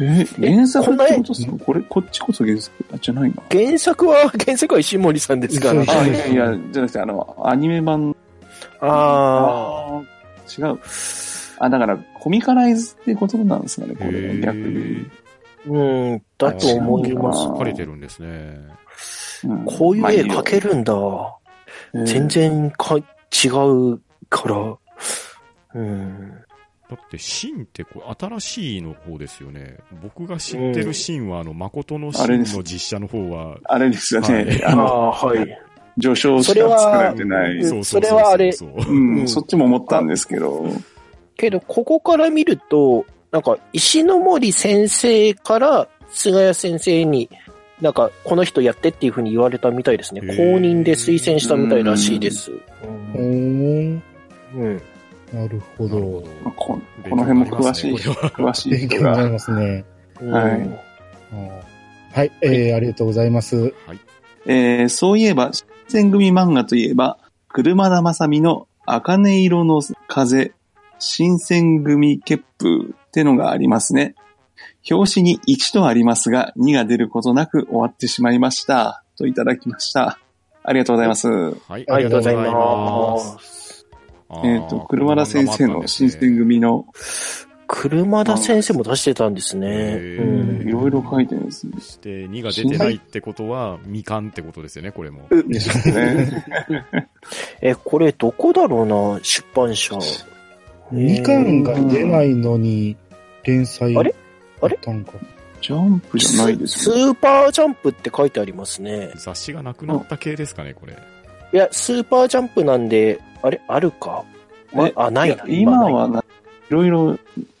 Speaker 1: え、原作
Speaker 4: こ
Speaker 1: っ
Speaker 4: れ
Speaker 1: てことですかこれ、こっちこそ原作あじゃないな。
Speaker 4: 原作は、原作は石森さんですから。
Speaker 3: そう
Speaker 1: あ、い
Speaker 3: です
Speaker 1: やいや、じゃなくて、あの、アニメ版
Speaker 4: ああ。
Speaker 1: ああ、違う。あ、だから、コミカライズってことなんですかね、こ
Speaker 2: へ
Speaker 1: れ、
Speaker 2: ー
Speaker 1: 逆に。
Speaker 4: うん、だと思います。
Speaker 2: 書かれてるんですね。
Speaker 1: うん
Speaker 4: こういう絵描けるんだ。全。然か、違うから。うん。
Speaker 2: だって、シンってこれ新しいの方ですよね。僕が知ってるシンは、あの、誠のシ
Speaker 1: あれ
Speaker 2: ン
Speaker 1: です
Speaker 2: の実写の方
Speaker 1: まあ
Speaker 2: は、
Speaker 1: いいよあれですよ
Speaker 2: は
Speaker 1: ね
Speaker 2: い。
Speaker 1: あ
Speaker 4: あ
Speaker 1: の、
Speaker 4: あ、はい。
Speaker 1: 序章し
Speaker 4: それ
Speaker 1: か
Speaker 4: は
Speaker 1: 作られてない。
Speaker 2: そうそうそう
Speaker 4: それはあれ
Speaker 2: そう
Speaker 1: う、
Speaker 4: うんん
Speaker 1: そっちも思ったんですけど。
Speaker 4: けど、ここから見ると、なんか、石ノ森先生から菅谷先生に、なんか、この人やってっていうふうに言われたみたいですね
Speaker 2: へ。ー
Speaker 4: 公認で推薦したみたいらしいです。
Speaker 3: おー
Speaker 4: うん。
Speaker 3: なるほ
Speaker 2: なる
Speaker 3: ど
Speaker 2: ほ。ど
Speaker 1: まあここの辺も詳しい
Speaker 2: 勉強になりますねこ
Speaker 1: 詳しい人が。
Speaker 3: 勉強になりますね。
Speaker 2: れは
Speaker 4: うん
Speaker 1: はい
Speaker 3: あーはい、えー、ありがとうございます。
Speaker 1: えーそういえば、新選組漫画といえば、車田正美の茜色の風、新選組結風ってのがありますね。表紙に1とありますが、2が出ることなく終わってしまいました。といただきました。ありがとうございます。
Speaker 2: はい。
Speaker 4: ありがとうござい
Speaker 3: ありが
Speaker 2: ます
Speaker 4: ます。
Speaker 2: あー
Speaker 1: えっ、と、車田先生の新選。組の
Speaker 4: 車田先生も出してたんですね。
Speaker 2: へ
Speaker 4: う
Speaker 2: ー
Speaker 1: い
Speaker 4: ん。
Speaker 1: ろいろ書いてるんですね。
Speaker 2: そして、2が出てないってことは、未完ってことですよね、これも。
Speaker 1: でしょう ね。
Speaker 4: え、これどこだろうな、出版社。
Speaker 3: 2巻が出ないのに、連載
Speaker 4: あれあれ
Speaker 3: ったのか。
Speaker 1: ジャンプじゃないです
Speaker 4: ス
Speaker 1: よね。
Speaker 4: スーパージャンプって書いてありますね。
Speaker 2: 雑誌がなくなった系ですかね、これ。
Speaker 4: いや、スーパージャンプなんで、あれ、あるか、ま
Speaker 1: え、
Speaker 4: あ、ないな。
Speaker 1: いや今
Speaker 4: ない。
Speaker 1: はな、いろいろ、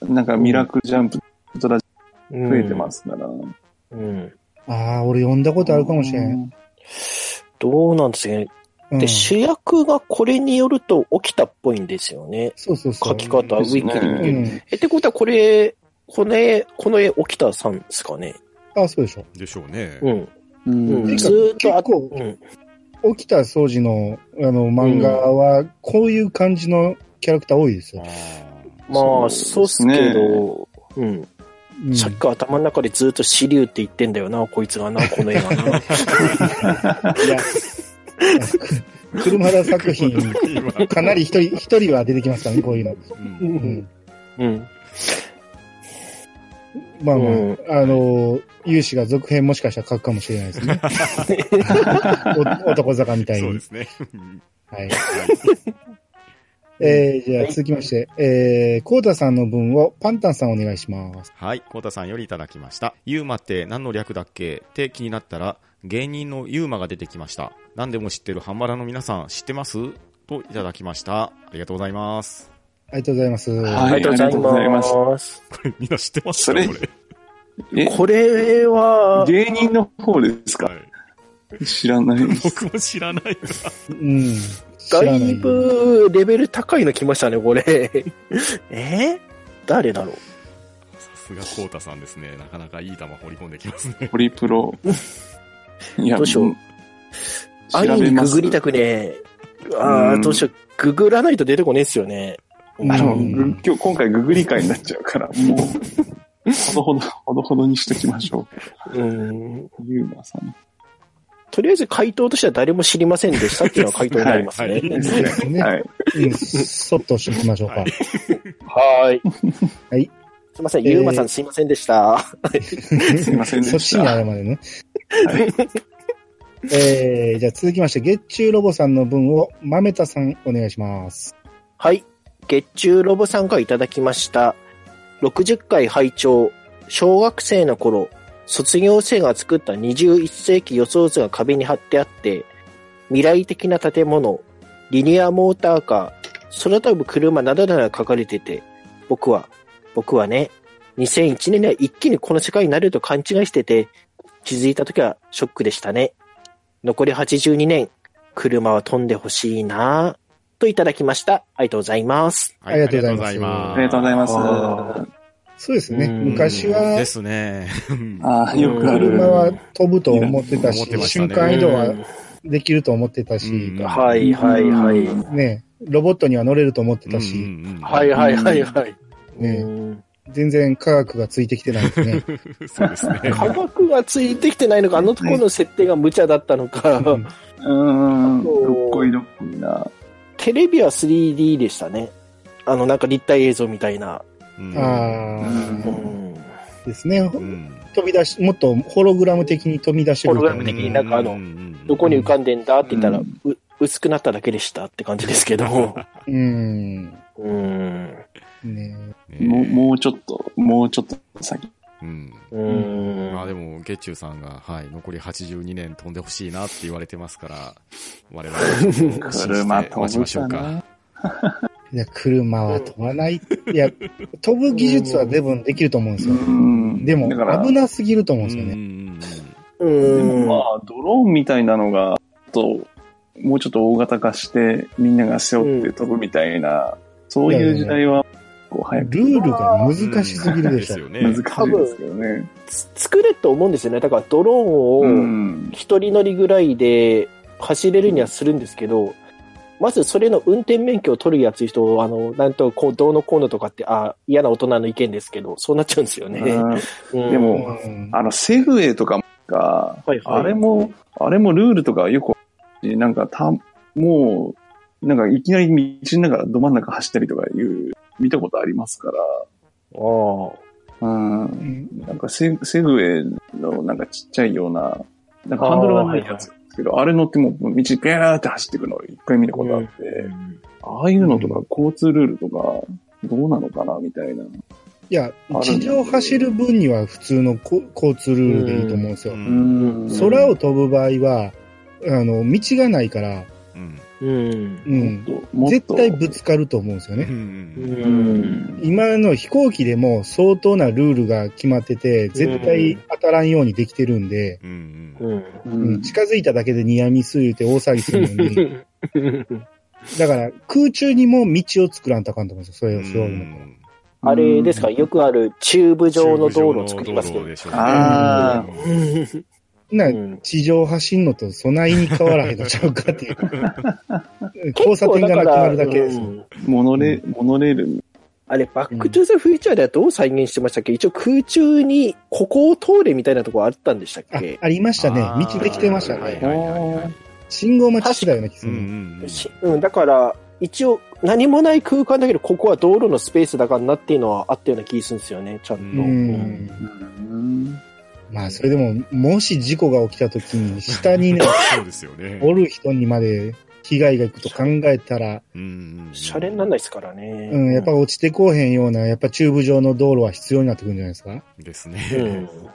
Speaker 1: なんかミラクルジャンプ、ドラジ増えてますすから。
Speaker 4: うん。
Speaker 3: ああ、俺読んだことあるかもしれん。うん。
Speaker 4: どうなんですかね。で、主役がこれによると起きたっぽいんですよね。
Speaker 3: そうそうそう。
Speaker 4: 書き方、ウ
Speaker 1: で
Speaker 4: ィ
Speaker 1: す
Speaker 4: キ
Speaker 1: ね
Speaker 4: に
Speaker 3: う
Speaker 4: 見てる。
Speaker 3: ん。
Speaker 4: え、ってことはこれ、この絵、この絵、起きたさんですかね。
Speaker 3: あそうでしょ。
Speaker 2: でしょうね。
Speaker 4: うん。
Speaker 1: う
Speaker 4: うんん。
Speaker 3: てか
Speaker 4: ずーっとあ
Speaker 3: 結構
Speaker 4: うん。
Speaker 3: 沖田総司のあの漫画は、こういう感じのキャラクター多いです
Speaker 2: あ
Speaker 3: よ。
Speaker 4: まあ、
Speaker 1: そで
Speaker 4: そううっ
Speaker 1: す
Speaker 4: す
Speaker 1: ね
Speaker 4: けど、う
Speaker 3: う
Speaker 4: ん。
Speaker 3: ん
Speaker 4: さっきから頭の中でずっと支流って言ってんだよな、こいつがな、この絵がな。
Speaker 3: いや、 車田作品、
Speaker 2: ー
Speaker 3: かなり一人、一人は出てきますからね、こういうの。
Speaker 2: うん
Speaker 4: う
Speaker 3: うん。
Speaker 4: うん。
Speaker 3: まあまあ、
Speaker 4: うん
Speaker 3: あのー、勇士が続編もしかしたら書くかもしれないです ね。お男坂みたい
Speaker 2: そう
Speaker 3: に
Speaker 2: で。すね。
Speaker 3: はい。
Speaker 2: はい
Speaker 3: えー、じゃあ続きまして、えー、コータさんの分をパンタンさんお願いします。
Speaker 2: はい、コウタさんよりいただきました。ユーマって何の略だっけって気になったら、芸人のユーマが出てきました。何でも知ってるハンバラの皆さん知ってますといただきました。ありがとうございます。
Speaker 3: ありがとうございます。
Speaker 1: は
Speaker 4: あ
Speaker 1: い
Speaker 4: りがとうございます。
Speaker 2: これみんな知ってます
Speaker 1: それ
Speaker 2: これ。
Speaker 1: え、
Speaker 4: これは、
Speaker 1: 芸人の方ですか
Speaker 2: はい
Speaker 1: 知ら ないです。
Speaker 2: 僕も知らないです。
Speaker 3: うん。
Speaker 4: だ
Speaker 3: 知らない
Speaker 4: ぶレベル高いの来ましたね、これ。 え誰だろう
Speaker 2: さすがコウタさんですね。なかなかいい球放り込んできますね。
Speaker 1: ホリプロ。いや
Speaker 4: どうしようん安
Speaker 1: 調
Speaker 4: 易
Speaker 1: べ
Speaker 4: に
Speaker 1: ま
Speaker 4: グ
Speaker 1: す
Speaker 4: グりたくねえ。あ
Speaker 1: う
Speaker 4: あ、
Speaker 1: ん
Speaker 4: どうしよう。ググらないと出てこねえっすよね。
Speaker 3: な
Speaker 1: あ
Speaker 3: る
Speaker 1: の、
Speaker 3: ほどうん
Speaker 1: ぐ今日、今回ググり会になっちゃうから、もう、ほどほど、ほどほどにしときましょ
Speaker 4: うん。
Speaker 1: う。ユーマさん。
Speaker 4: とりあえず回答としては誰も知りませんでしたっていうのは回答になります
Speaker 2: はい
Speaker 4: ね。
Speaker 3: ですね。
Speaker 1: はい。
Speaker 3: うん、そっとしておきましょうか。
Speaker 2: はい
Speaker 4: はい。
Speaker 3: はい。
Speaker 4: すいません、
Speaker 3: えー
Speaker 4: ゆうまさんすいませんでした。
Speaker 1: すいませんでした
Speaker 3: そっち に謝るね。
Speaker 1: は
Speaker 3: えー、じゃあ続きまして、月中ロボさんの分を、まめたさんお願いします。
Speaker 4: はい。月中ロボさんからいただきました。60回拝聴小学生の頃、卒業生が作った21世紀予想図が壁に貼ってあって、未来的な建物、リニアモーターカー、空飛ぶ車などなどが書かれてて、僕は、僕はね、2001年には一気にこの世界になると勘違いしてて、気づいた時はショックでしたね。残り82年、車は飛んでほしいなぁといただきました。ありがとうございます。
Speaker 2: は
Speaker 3: ありがとうござい
Speaker 1: あ
Speaker 3: ま
Speaker 1: ありがとうございます。
Speaker 4: あ
Speaker 1: あ
Speaker 3: そうですね。
Speaker 4: うん
Speaker 3: 昔は
Speaker 2: で、すね。
Speaker 1: あ、よくある。
Speaker 3: 車は飛ぶと思ってた
Speaker 2: 思っ、
Speaker 3: して
Speaker 2: ました
Speaker 3: 瞬
Speaker 2: ね
Speaker 3: 間移動はできると思ってたし、
Speaker 2: うん
Speaker 4: はいはいはい。
Speaker 3: ね、ロボットには乗れると思ってた
Speaker 2: うん
Speaker 3: し、
Speaker 2: うんうん
Speaker 4: はいはいはいはい。
Speaker 3: ね
Speaker 4: うん
Speaker 3: 全然科学がついてきてないですね。
Speaker 2: そうです ね。
Speaker 4: 科学がついてきてないのか、あのところの設定が無茶だったのか、
Speaker 3: うん
Speaker 1: うーん。
Speaker 4: あと
Speaker 1: どっこいどっこいな。
Speaker 4: テレビは 3D でしたね。あの、なんか立体映像みたいな。
Speaker 2: うん
Speaker 1: う
Speaker 3: あ
Speaker 1: ん
Speaker 3: あ、ですね。
Speaker 2: うん
Speaker 3: 飛び出し、もっとホログラム的に飛び出してくる
Speaker 4: ホログラム的になんかあの
Speaker 2: ううん
Speaker 4: どこに浮かんでんだって言ったら、
Speaker 1: う
Speaker 4: うん薄くなっただけでしたって感じですけど。
Speaker 3: うん。
Speaker 4: うん。
Speaker 3: ね
Speaker 1: もう、
Speaker 2: う
Speaker 1: もうちょっと、もうちょっと先。
Speaker 2: んうん
Speaker 4: うん。
Speaker 2: まあでも、月中さんが、はい、残り82年飛んでほしいなって言われてますから、我々はちょっ と信じて
Speaker 1: 車
Speaker 2: 待ちまし
Speaker 1: 飛
Speaker 2: ょう
Speaker 1: ぶか
Speaker 2: か
Speaker 1: な。。
Speaker 3: いや、車は飛ばない。いや、飛ぶ技術は多分できると思うんですよ。
Speaker 1: ん
Speaker 3: でも
Speaker 1: だから、、
Speaker 3: 危なすぎると思うんですよ
Speaker 2: う
Speaker 3: ね。
Speaker 2: ん
Speaker 1: で
Speaker 4: う
Speaker 1: も
Speaker 4: ん。
Speaker 1: まあ、ドローンみたいなのが、と、もうちょっと大型化して、みんなが背負って飛ぶみたいな、そういう時代は、こう、早く
Speaker 3: ルールが難しすぎるでしょ
Speaker 2: う。ん
Speaker 1: 難
Speaker 2: で
Speaker 1: し
Speaker 2: すよね。
Speaker 1: いですけどね。
Speaker 4: つ作れと思うんですよね。だからドロー
Speaker 1: う
Speaker 4: ンを、
Speaker 1: ん。
Speaker 4: 一人乗りぐらいで走れるにはするんですけど、まずそれの運転免許を取るやつ人、あの、なんとこう、どうのこうのとかって、あ嫌な大人の意見ですけど、そうなっちゃうんですよね。うん
Speaker 1: でも
Speaker 3: うん
Speaker 1: あの、セグウェイとかが、
Speaker 4: はいはい
Speaker 1: あれも、あれもルールとかよく、なんかた、もう、なんかいきなり道の中、ど真ん中走ったりとかいう、見たことありますか
Speaker 4: あ
Speaker 1: ら、うん。なんかセセグウェイのなんかちっちゃいような、なんかハンドルがないやつですけど、あ,、れ乗ってもう道ビャーって走ってくのを一回見たことあって、ああいうのとか交通ルールとか、どうなのかなみたいな。
Speaker 3: いや、地上走る分には普通のこ交通ルールでいいと思うんですよ
Speaker 2: う。
Speaker 1: うんん
Speaker 4: ん
Speaker 3: 空を飛ぶ場合は、あの、道がないから、
Speaker 2: うん
Speaker 4: あ。うん。
Speaker 3: う
Speaker 1: もっと、も
Speaker 3: ん。
Speaker 1: っ
Speaker 3: 絶
Speaker 1: と。
Speaker 3: 対ぶつかると思うんですよ
Speaker 2: う
Speaker 3: ね。
Speaker 2: ん
Speaker 1: う
Speaker 4: うん。
Speaker 1: ん。
Speaker 3: 今の飛行機でも相当なルールが決まってて、絶対当たらんようにできてるんで、
Speaker 2: うんうん
Speaker 4: うん。
Speaker 1: う
Speaker 3: うんん、近づいただけでニヤミス言うて大騒ぎするの に、だから空中にも道を作らんとあかんと思うんですよ、それをしようと思ったら。
Speaker 4: あれですか、よくあるチューブ状の道路を作りますけ
Speaker 2: 中部上の道
Speaker 4: ど
Speaker 2: 路。でしょうね
Speaker 1: あ
Speaker 3: な、
Speaker 4: うん
Speaker 3: 地上走んのとそないに変わらへんのちゃうか っていう。交
Speaker 4: 結
Speaker 3: 差
Speaker 4: 構
Speaker 3: 点がなくなるだけ
Speaker 4: から
Speaker 3: ですよ。
Speaker 4: うん
Speaker 1: モノレ、モノレール。
Speaker 4: あれ、バックトゥーザフューチャーではどう再現してましたっけ一応空中に、ここを通れみたいなところあったんでしたっ
Speaker 3: あ
Speaker 4: け、
Speaker 3: ありましたね。
Speaker 2: あー
Speaker 3: 道できてました
Speaker 2: はい
Speaker 3: ね。
Speaker 2: はいはいはい
Speaker 1: おー
Speaker 3: 信号待ちしてたような気がす
Speaker 2: うん
Speaker 3: る
Speaker 2: う
Speaker 3: な。
Speaker 2: んうん
Speaker 4: しうん、だから、一応何もない空間だけど、ここは道路のスペースだからなっていうのはあったような気がするんですよね、ちゃんと。
Speaker 2: う
Speaker 3: うんん。まあ、それでも、もし事故が起きた時に、下にね、
Speaker 2: そうですよね。
Speaker 3: おる人にまで被害がいくと考えたら、
Speaker 2: うん。
Speaker 4: シャレにならないですからね。
Speaker 3: うん、やっぱ落ちてこうへんような、やっぱチューブ状の道路は必要になってくるんじゃないですか。
Speaker 2: です
Speaker 4: う
Speaker 2: ね。
Speaker 4: ん。
Speaker 3: う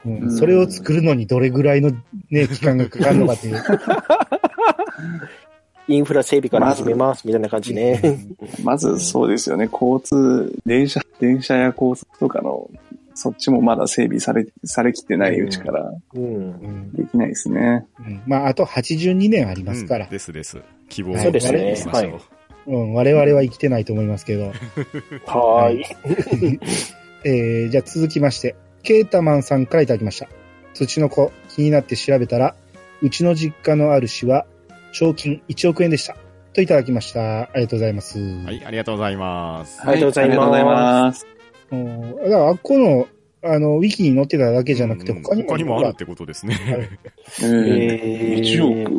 Speaker 3: ん
Speaker 1: うん
Speaker 3: それを作るのにどれぐらいの ね、期間がかかるのかっていう。
Speaker 4: インフラ整備から始めます、みたいな感じね。
Speaker 1: まずそうですよね。交通、電車、電車や高速とかの、そっちもまだ整備され、されきってないうちから
Speaker 4: うん
Speaker 3: う。ん
Speaker 1: できないですね。
Speaker 3: うんまあ、あと82年ありますから
Speaker 2: うん。ですです。希望を
Speaker 3: そうですね
Speaker 2: 持ちましょう
Speaker 4: は
Speaker 3: うん、我々は生きてないと思いますけど。
Speaker 4: はーい。
Speaker 3: えー、じゃあ続きまして、ケータマンさんからいただきました。土の子、気になって調べたら、うちの実家の主は、賞金1億円でした。といただきました。ありがとうございます。
Speaker 2: は、
Speaker 3: はい
Speaker 2: ありがとうございます。
Speaker 4: ありがとうございま
Speaker 1: あ
Speaker 4: す
Speaker 1: りがとうございます。
Speaker 3: だから、あっこの、あの、ウィキに載ってただけじゃなくて、
Speaker 2: うん
Speaker 3: 他にも。
Speaker 2: 他にもあるっ。てことですね。
Speaker 1: うん。
Speaker 4: え
Speaker 1: 1
Speaker 4: ー、
Speaker 1: 億。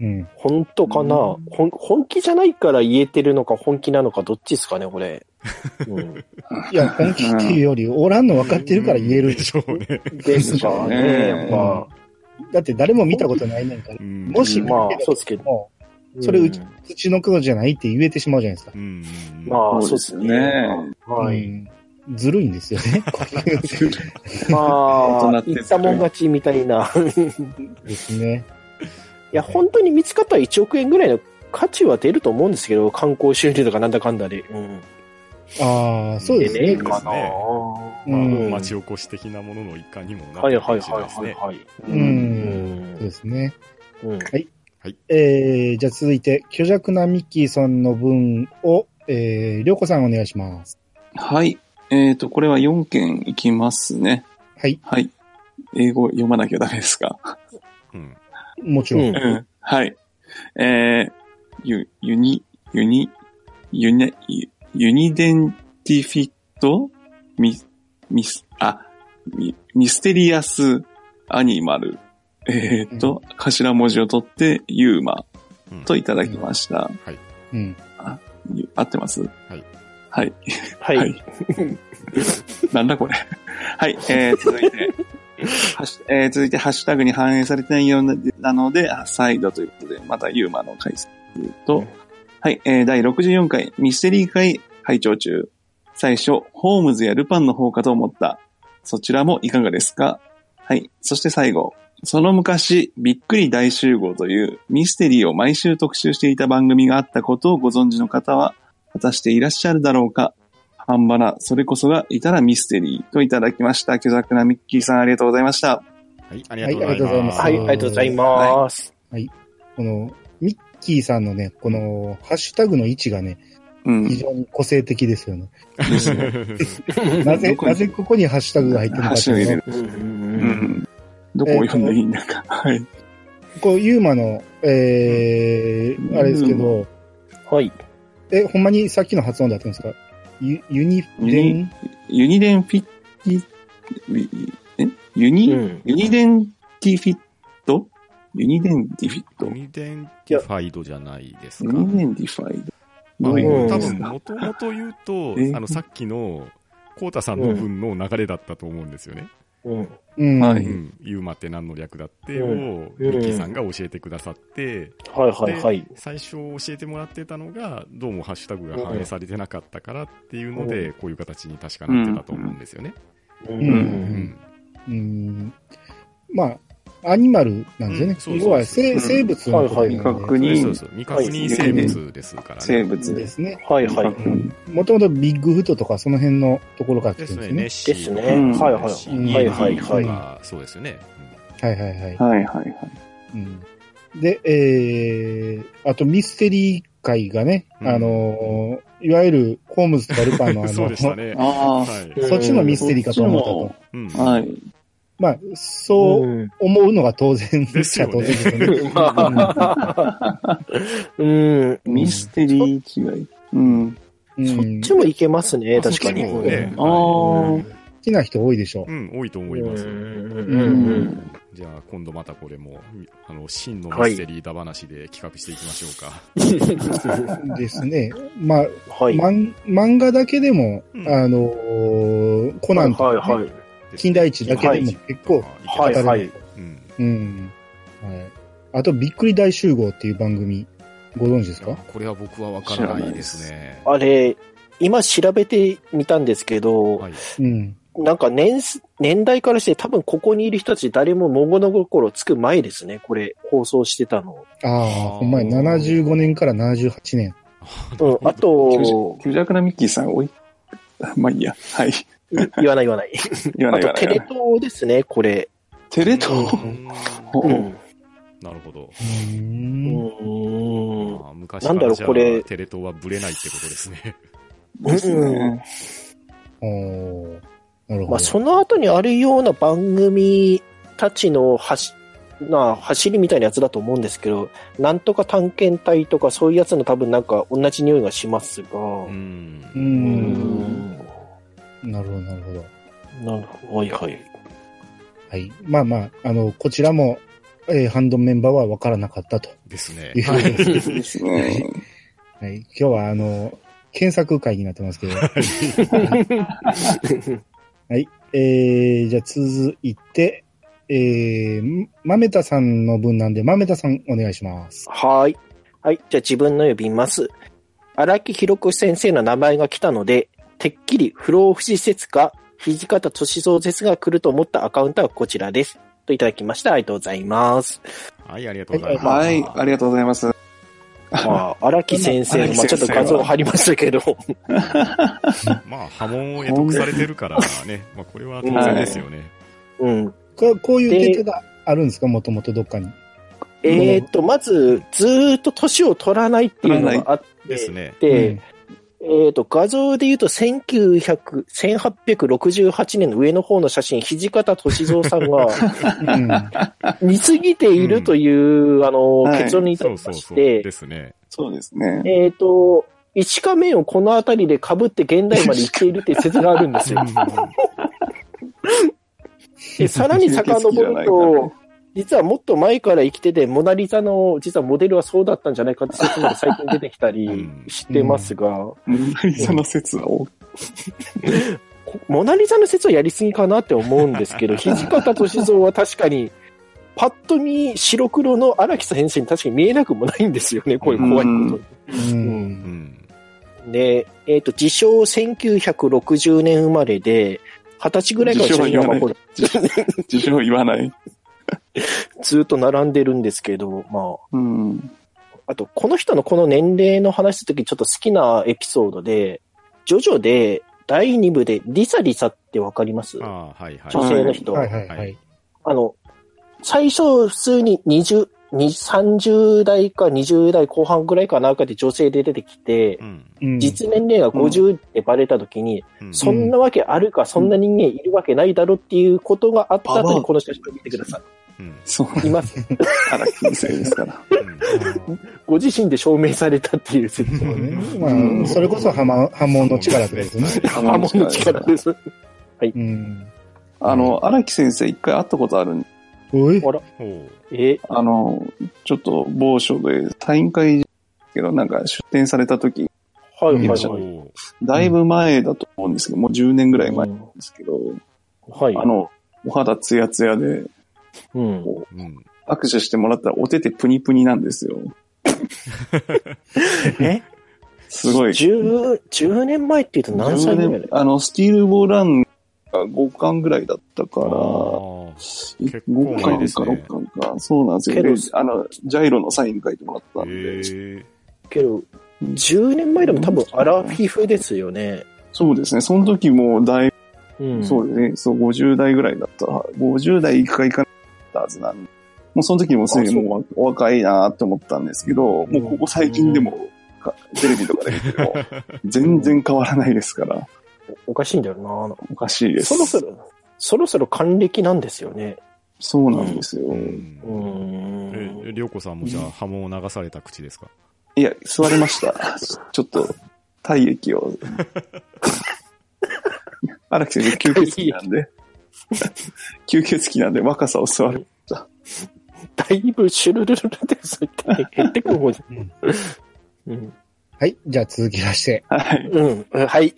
Speaker 3: うん。
Speaker 4: 本当かな、
Speaker 1: うん
Speaker 4: ほん本気じゃないから言えてるのか本気なのかどっちですかね、これ。うん、
Speaker 3: いや、本気っていうより、おらんの分かってるから言える
Speaker 2: で。しょうね。
Speaker 4: ですかね、やっぱ。
Speaker 3: だって誰も見たことないねんから。
Speaker 2: うん
Speaker 3: もし、
Speaker 4: まあそうっすけど
Speaker 3: もうそれうち
Speaker 4: ん、
Speaker 3: 土の子じゃないって言えてしまうじゃないですか。
Speaker 2: うん。
Speaker 4: まあ、
Speaker 1: そう
Speaker 4: そう
Speaker 1: で
Speaker 4: で
Speaker 1: す
Speaker 4: すね。
Speaker 1: ね
Speaker 4: は
Speaker 3: う
Speaker 4: い。
Speaker 3: んずるいんですよね。
Speaker 4: ま
Speaker 1: 大人
Speaker 4: あ
Speaker 1: っ、て
Speaker 4: 言ったもん勝ちみたいな。
Speaker 3: ですね。
Speaker 4: いや、本当に見つかったら1億円ぐらいの価値は出ると思うんですけど、観光収入とかなんだかんだで。うん。
Speaker 3: ああ、そうです
Speaker 4: 出ね
Speaker 3: ね
Speaker 4: え。
Speaker 3: う
Speaker 4: かな、
Speaker 2: まあ
Speaker 3: ん
Speaker 2: 町おこし的なものの一環にもなっ
Speaker 4: は
Speaker 2: て
Speaker 4: い
Speaker 2: るか
Speaker 4: はい
Speaker 2: もしれないで
Speaker 4: は
Speaker 2: す
Speaker 4: いはい
Speaker 2: ね。
Speaker 4: はい。
Speaker 3: う。
Speaker 4: う
Speaker 3: そ
Speaker 4: ん
Speaker 3: うで
Speaker 4: ん。
Speaker 3: すね。
Speaker 4: うん。
Speaker 3: えー、じゃあ続いて、虚弱なミッキーさんの分を、えー、りょうこさんお願いします。
Speaker 1: はい。えっ、と、これは4件いきますね。
Speaker 3: はい、
Speaker 1: はい。英語読まなきゃダメですか。
Speaker 2: うん。
Speaker 3: もちろん。
Speaker 4: うん
Speaker 1: うんはい。えー、ゆ、ユニ、ユニ、ユニ、ユユニデンティフィットミ、ミス、あ、ミミステリアスアニマル。えーっと、頭文字を取って、ユーマ
Speaker 2: うん
Speaker 1: といただきました。
Speaker 3: うん。
Speaker 1: ゆ合ってます
Speaker 2: い
Speaker 1: はい。
Speaker 4: はい。
Speaker 1: はい なんだこれ。はい、えー、続いて、はしえー続いて、ハッシュタグに反映されてないようななので、あ再度ということで、またユーマの解説と、はい、えー、第64回ミステリー会拝聴中。最初、ホームズやルパンの方かと思った。そちらもいかがですかはい、そして最後。その昔、びっくり大集合というミステリーを毎週特集していた番組があったことをご存知の方は、果たしていらっしゃるだろうか半ばな、それこそがいたらミステリーといただきました。巨作なミッキーさんありがとうございました。
Speaker 2: はい、ありがとうござ
Speaker 3: はい
Speaker 2: い
Speaker 3: ありがとうござい
Speaker 2: ま。
Speaker 3: ますす
Speaker 4: はい、ありがとうございます。
Speaker 3: この、ミッキーさんのね、この、ハッシュタグの位置がね、
Speaker 1: う
Speaker 3: 非
Speaker 1: ん。
Speaker 3: 常に個性的ですよね。
Speaker 1: ですね。
Speaker 3: なぜ、
Speaker 1: どこに
Speaker 3: なぜここにハッシュタグが入ってるのかって
Speaker 1: 箸を入
Speaker 3: い
Speaker 1: れ
Speaker 3: う
Speaker 1: る
Speaker 3: の。
Speaker 4: う
Speaker 1: う
Speaker 4: んうんうん
Speaker 1: ん。どこを読んでいいんだか。はい。
Speaker 3: こう、ユーマの、えー、あれですけど、
Speaker 4: はい。
Speaker 3: え、ほんまにさっきの発音でやってるんですかユユニ、
Speaker 1: ユ
Speaker 3: デ
Speaker 1: ニ
Speaker 3: ン
Speaker 1: ユニデンフィッティ、えユニ、
Speaker 4: うん
Speaker 1: ユニデンティフィットユニデンティフィット
Speaker 2: ユ
Speaker 1: ユ
Speaker 2: ニデンティファイドじゃないですか。
Speaker 1: ニデンティファイド。どうい
Speaker 4: う
Speaker 1: う
Speaker 4: ん
Speaker 2: 多
Speaker 1: こと
Speaker 2: 分、もともと言うと
Speaker 1: え、
Speaker 2: あの、さっきの、コウタさんの分の流れだったと思うんですよね。
Speaker 4: うん
Speaker 3: うん。
Speaker 1: は
Speaker 2: う
Speaker 1: い
Speaker 2: ん。ユーマって何の略だってを、
Speaker 4: う
Speaker 2: ミ
Speaker 4: うん
Speaker 2: ッキーさんが教えてくださって、
Speaker 4: はいはいはい。
Speaker 2: 最初教えてもらってたのが、どうもハッシュタグが反映されてなかったからっていうので、こういう形に確かなってたと思うんですよね。
Speaker 4: う
Speaker 3: うん
Speaker 2: うんん。
Speaker 3: うん。まあ、アニマルなんですよ
Speaker 2: う
Speaker 3: ね
Speaker 2: ん。そうそう
Speaker 3: 要は生、
Speaker 1: うん
Speaker 3: 生物のことなんで
Speaker 1: はいはい未確認
Speaker 2: そうそうそう。未確認生物ですから
Speaker 1: 生
Speaker 2: ね。
Speaker 1: 物
Speaker 3: で
Speaker 1: です。
Speaker 3: すね。
Speaker 4: はいはい。
Speaker 3: もともとビッグフットとかその辺のところから来
Speaker 2: で
Speaker 3: てる
Speaker 2: す
Speaker 3: んで
Speaker 2: ね、
Speaker 3: す
Speaker 2: ネ
Speaker 3: ね
Speaker 2: ッ。シーとか
Speaker 4: ですねはいはい
Speaker 2: シーとか
Speaker 4: はいはい
Speaker 2: そうですよね。
Speaker 3: はいはいはい。
Speaker 1: はいはいはい。
Speaker 3: うんで、えー、あとミステリー界がね、
Speaker 2: うん
Speaker 3: あのー、いわゆるホームズとかルパンの
Speaker 2: う
Speaker 3: あ
Speaker 2: ん
Speaker 3: の、
Speaker 2: そうでしたね。
Speaker 1: ああ。
Speaker 2: は
Speaker 3: そっちのミステリーかと思ったと。
Speaker 2: い。。
Speaker 1: はいい。
Speaker 3: まあ、そう
Speaker 4: うん
Speaker 3: 思うのが当然
Speaker 2: で
Speaker 3: ですす
Speaker 2: よ
Speaker 3: よ
Speaker 2: ね
Speaker 3: 当然ですよね。
Speaker 4: まあ、うん。
Speaker 1: ミステリ ー違い。うん。
Speaker 3: うん
Speaker 4: そっちもいけますね、
Speaker 2: あそっ
Speaker 4: 確
Speaker 2: ち
Speaker 4: かに。
Speaker 2: もね
Speaker 1: ああ。
Speaker 3: きな人多いでしょう。
Speaker 2: うん、多いと思います。
Speaker 4: うん
Speaker 2: じゃあ、今度またこれも、あの、真のミステリーだ話で企画していきましょうか。
Speaker 3: ですね。まあ、
Speaker 4: はい。
Speaker 3: まん漫画だけでも、
Speaker 2: うん
Speaker 3: あのーコナンとか
Speaker 4: はい
Speaker 3: ね、
Speaker 4: はい。
Speaker 3: 金田一だけでも結構語
Speaker 4: はい
Speaker 3: れる
Speaker 4: はい。
Speaker 2: うん。
Speaker 3: うん。はい。あと、びっくり大集合っていう番組、ご存知ですか
Speaker 2: これは僕はわからないですね。
Speaker 4: あれ、今調べてみたんですけど、
Speaker 2: はい。
Speaker 3: うん。
Speaker 4: なんか年す、年代からして多分ここにいる人たち誰も物心つく前ですね。これ、放送してたの。
Speaker 3: ああ、ほんまに75年から78年。
Speaker 4: うん。あ と、
Speaker 1: 虚弱なミッキーさん多い。まあいいや。はい。
Speaker 4: 言わない言わない。
Speaker 1: 言わな
Speaker 4: あ
Speaker 1: い言わない言わ
Speaker 4: とテレ
Speaker 1: ない。
Speaker 4: 東ですね、これ。
Speaker 1: テレ東
Speaker 2: う
Speaker 1: ほ
Speaker 2: ん
Speaker 1: う
Speaker 4: うん。
Speaker 2: なるほど。
Speaker 3: う。
Speaker 4: うんん。
Speaker 2: ああ昔
Speaker 4: なんだろう
Speaker 2: じゃあ
Speaker 4: これ
Speaker 2: テレ東はブレないってことですね。
Speaker 1: ですね。
Speaker 3: おーなるほど。
Speaker 4: まあ、その後にあるような番組たちの走な走りみたいなやつだと思うんですけど、なんとか探検隊とかそういうやつの多分なんか同じ匂いがしますが、
Speaker 2: う。
Speaker 4: うん
Speaker 3: う
Speaker 4: ー
Speaker 3: ん。
Speaker 4: ん
Speaker 3: なるほど、なるほど。
Speaker 4: なんはいはい。
Speaker 3: はい。まあまあ、あの、こちらも、えーハンドメンバーは分からなかったと
Speaker 2: ですね
Speaker 3: い。うことです。
Speaker 1: ですね。
Speaker 3: はい。今日は、あの、検索会になってますけど。はい。えー、じゃあ続いて、えー、豆田さんの分なんで、豆田さんお願いします。
Speaker 4: はい。はい。じゃあ自分の呼びます。荒木博子先生の名前が来たので、てっきり不老不死説か、土方歳三説が来ると思ったアカウントはこちらです。といただきました。ありがとうございます。
Speaker 2: はい、ありがとうございます。
Speaker 1: はい。ありがとうございます。
Speaker 4: まあ、荒木先生、
Speaker 1: 荒木先生は
Speaker 4: まあちょっと画像貼りましたけど、
Speaker 2: まあ、波紋を得得されてるからね。まあ、これは当然ですよね。
Speaker 4: うん。
Speaker 3: ここういうデータがあるんですかもともとどっかに。
Speaker 4: えーっと、まず、ずーっと年を取らないっていうのがあっ
Speaker 2: です
Speaker 4: て、
Speaker 2: ね。
Speaker 4: でえーっと、画像で言うと、1900、1868年の上の方の写真、土方歳三さんが、
Speaker 3: うん。うん。
Speaker 4: 似すぎているという、あの、
Speaker 1: はい
Speaker 4: 結論に至
Speaker 2: そ
Speaker 4: り
Speaker 2: うそ
Speaker 4: ま
Speaker 2: う
Speaker 4: し
Speaker 2: そう。
Speaker 4: て、
Speaker 2: ですね。
Speaker 1: そうですね。
Speaker 4: えっ、と、一仮面をこの辺りで被って現代まで行っているっていう説がある んですよ。 で、さらに遡ると、実はもっと前から生きてて、モナリザの、実はモデルはそうだったんじゃないかって説まで最近出てきたりしてますが、
Speaker 1: その説は多く
Speaker 4: こモナリザの説はやりすぎかなって思うんですけ ど、土方歳三は確かに、パッと見白黒の荒木先生に確かに見えなくもないんですよね、こういう怖いことに。
Speaker 2: うんうん。
Speaker 4: で、えっ、と、自称1960年生まれで、二十歳ぐらいから社員がこれ
Speaker 1: 自称言わない。
Speaker 4: ずっと並んでるんですけど、ま
Speaker 1: うん。
Speaker 4: あ、あと、この人のこの年齢の話するときちょっと好きなエピソードで、ジョジョで、第2部で、リサリサってわかります
Speaker 2: ああ、はいはい。
Speaker 4: 女性の人。
Speaker 3: はいはいはい。
Speaker 4: あの、最初、普通に20、30代か20代後半ぐらいかなんかで女性で出てきて、
Speaker 2: うん。
Speaker 3: うん
Speaker 4: 実年齢が50ってバレたときに、
Speaker 2: うん
Speaker 4: そんなわけあるか、そんな人間いるわけないだろっていうことがあった後に、この写真を見てくださ
Speaker 2: うん
Speaker 1: そう。
Speaker 4: い。います。
Speaker 1: 荒木先生です から。
Speaker 4: ご自身で証明されたっていう説
Speaker 2: う
Speaker 3: そうんねまあ、それこそ波紋波紋の力ってことですね。
Speaker 2: は
Speaker 4: 魔物の力です。
Speaker 3: うん。
Speaker 1: あの、荒木先生一回会ったことあるんで
Speaker 3: おい
Speaker 4: ほら
Speaker 2: いほう
Speaker 4: え、
Speaker 1: あの、ちょっと某所でサイン会ですけど、なんか出展された時、
Speaker 4: はいはい
Speaker 1: 見ま
Speaker 4: は
Speaker 1: した
Speaker 4: い。
Speaker 2: ほ
Speaker 1: だいぶ前だと思うんですけど、もう10年ぐらい前なんですけど、
Speaker 4: はい。
Speaker 1: あの、お肌ツヤツヤで
Speaker 4: うん。
Speaker 2: ううん。
Speaker 1: 握手してもらったらお手手プニプニなんですよ。
Speaker 4: え
Speaker 1: すごい。
Speaker 4: 10、10年前って言うと何歳ぐらいだよ
Speaker 1: あの、スティールボールランが5巻ぐらいだったから、
Speaker 2: あ結構
Speaker 1: 5
Speaker 2: 前で
Speaker 1: 巻
Speaker 2: す
Speaker 1: か
Speaker 2: ね
Speaker 1: 6巻か、そうなんですよ。で
Speaker 4: けど
Speaker 1: あの、ジャイロのサイン書いてもらった
Speaker 2: あ。
Speaker 1: んで、
Speaker 2: ええ。
Speaker 4: けど、10年前でも多分アラフィフですよね。
Speaker 1: そうですね。その時もだいぶ、
Speaker 4: うん。
Speaker 1: そうですね。そう、50代ぐらいだった。50代いくかいかなかったはずなんで、もうその時もすでにもうお若いなって思ったんですけど、もうここ最近でも、かテレビとかで見ても、全然変わらないですから、
Speaker 4: おかしいんだよな。
Speaker 1: おかしいです。
Speaker 4: そろそろ、そろそろ還暦なんですよね。
Speaker 1: そうなんですよ。
Speaker 2: うん
Speaker 4: うー
Speaker 2: え、
Speaker 4: ん。
Speaker 2: りょうこさんもじゃあ波紋を流された口ですか
Speaker 1: いや、座りました。ちょっと、体液を。荒木先生、吸血鬼なんで。吸血鬼なんで若さを座る。
Speaker 4: だいぶシュルルルルってそう言って減ってくる方じゃん。うん。
Speaker 3: はい。じゃあ続きまして。
Speaker 1: はい。
Speaker 4: うん。うんはい。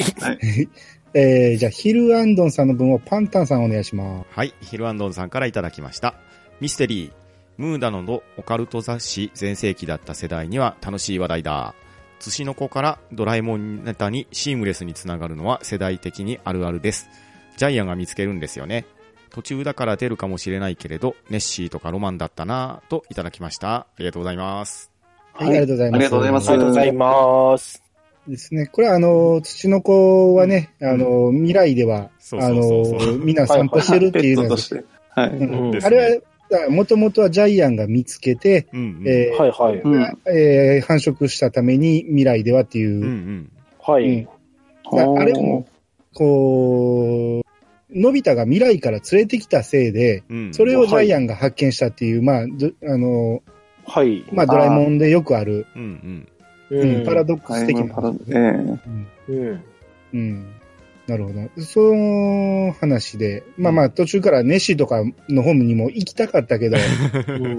Speaker 3: えー、じゃあ、ヒルアンドンさんの分をパンタンさんお願いします。
Speaker 2: はい、ヒルアンドンさんからいただきました。ミステリー、ムーダノのオカルト雑誌全盛期だった世代には楽しい話題だ。ツシの子からドラえもんネタにシームレスにつながるのは世代的にあるあるです。ジャイアンが見つけるんですよね。途中だから出るかもしれないけれど、ネッシーとかロマンだったなぁといただきました。ありがとうございます。
Speaker 3: はい、ありがとうございます。
Speaker 1: ありがとうございま
Speaker 4: ありがとうございます。
Speaker 3: ですね。これはあの、土の子はね、あの、未来では、
Speaker 2: そうそうそうそう
Speaker 3: あの、みんな散歩してるってい
Speaker 1: ペ
Speaker 3: う
Speaker 1: ッ
Speaker 3: の
Speaker 1: ト
Speaker 3: が
Speaker 1: として。はい。
Speaker 3: う
Speaker 4: うん
Speaker 3: んあれは、もともとはジャイアンが見つけて、
Speaker 2: うんうん。
Speaker 3: えー
Speaker 4: はいはい。
Speaker 1: うん。
Speaker 3: えー繁殖したために未来ではっていう、
Speaker 2: うんうん。
Speaker 4: は
Speaker 3: う
Speaker 4: い
Speaker 3: ん。あれもこう、のび太が未来から連れてきたせいで、
Speaker 2: うん。
Speaker 3: それをジャイアンが発見したっていう、まあ、どあの、
Speaker 4: はい。
Speaker 3: まあ、ドラえもんでよくある、
Speaker 2: うんうん。
Speaker 4: う
Speaker 3: うん
Speaker 4: ん。
Speaker 3: パラドック
Speaker 1: は
Speaker 3: ス
Speaker 1: い
Speaker 3: 的
Speaker 1: まあ
Speaker 3: な
Speaker 1: パ。ラえ
Speaker 4: うん。
Speaker 3: うん。なるほど。その話で、まあまあ途中からネッシーとかのホームにも行きたかったけ ど、
Speaker 4: うん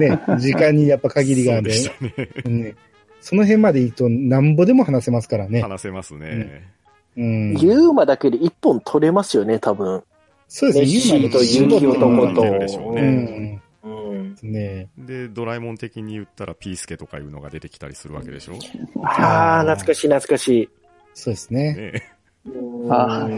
Speaker 3: ね、時間にやっぱ限りがある
Speaker 2: そうでしたね。
Speaker 3: ね。その辺までいいとなんぼでも話せますからね。
Speaker 2: 話せますね。
Speaker 3: うん。
Speaker 4: ユーマだけで一本取れますよね、多分。
Speaker 3: そうですね、
Speaker 4: ネッシ
Speaker 3: ユ
Speaker 4: ーと
Speaker 3: ー
Speaker 4: ユ
Speaker 3: マの
Speaker 4: キ男
Speaker 2: ユキ
Speaker 4: と
Speaker 2: 男と。でしょう
Speaker 3: う
Speaker 2: ね
Speaker 3: ん。
Speaker 4: うん。
Speaker 3: ね
Speaker 2: で、ドラえもん的に言ったらピースケとかいうのが出てきたりするわけでしょね
Speaker 4: ああ、懐かしい懐かし
Speaker 3: そうですね。
Speaker 2: え。
Speaker 4: い。
Speaker 1: あ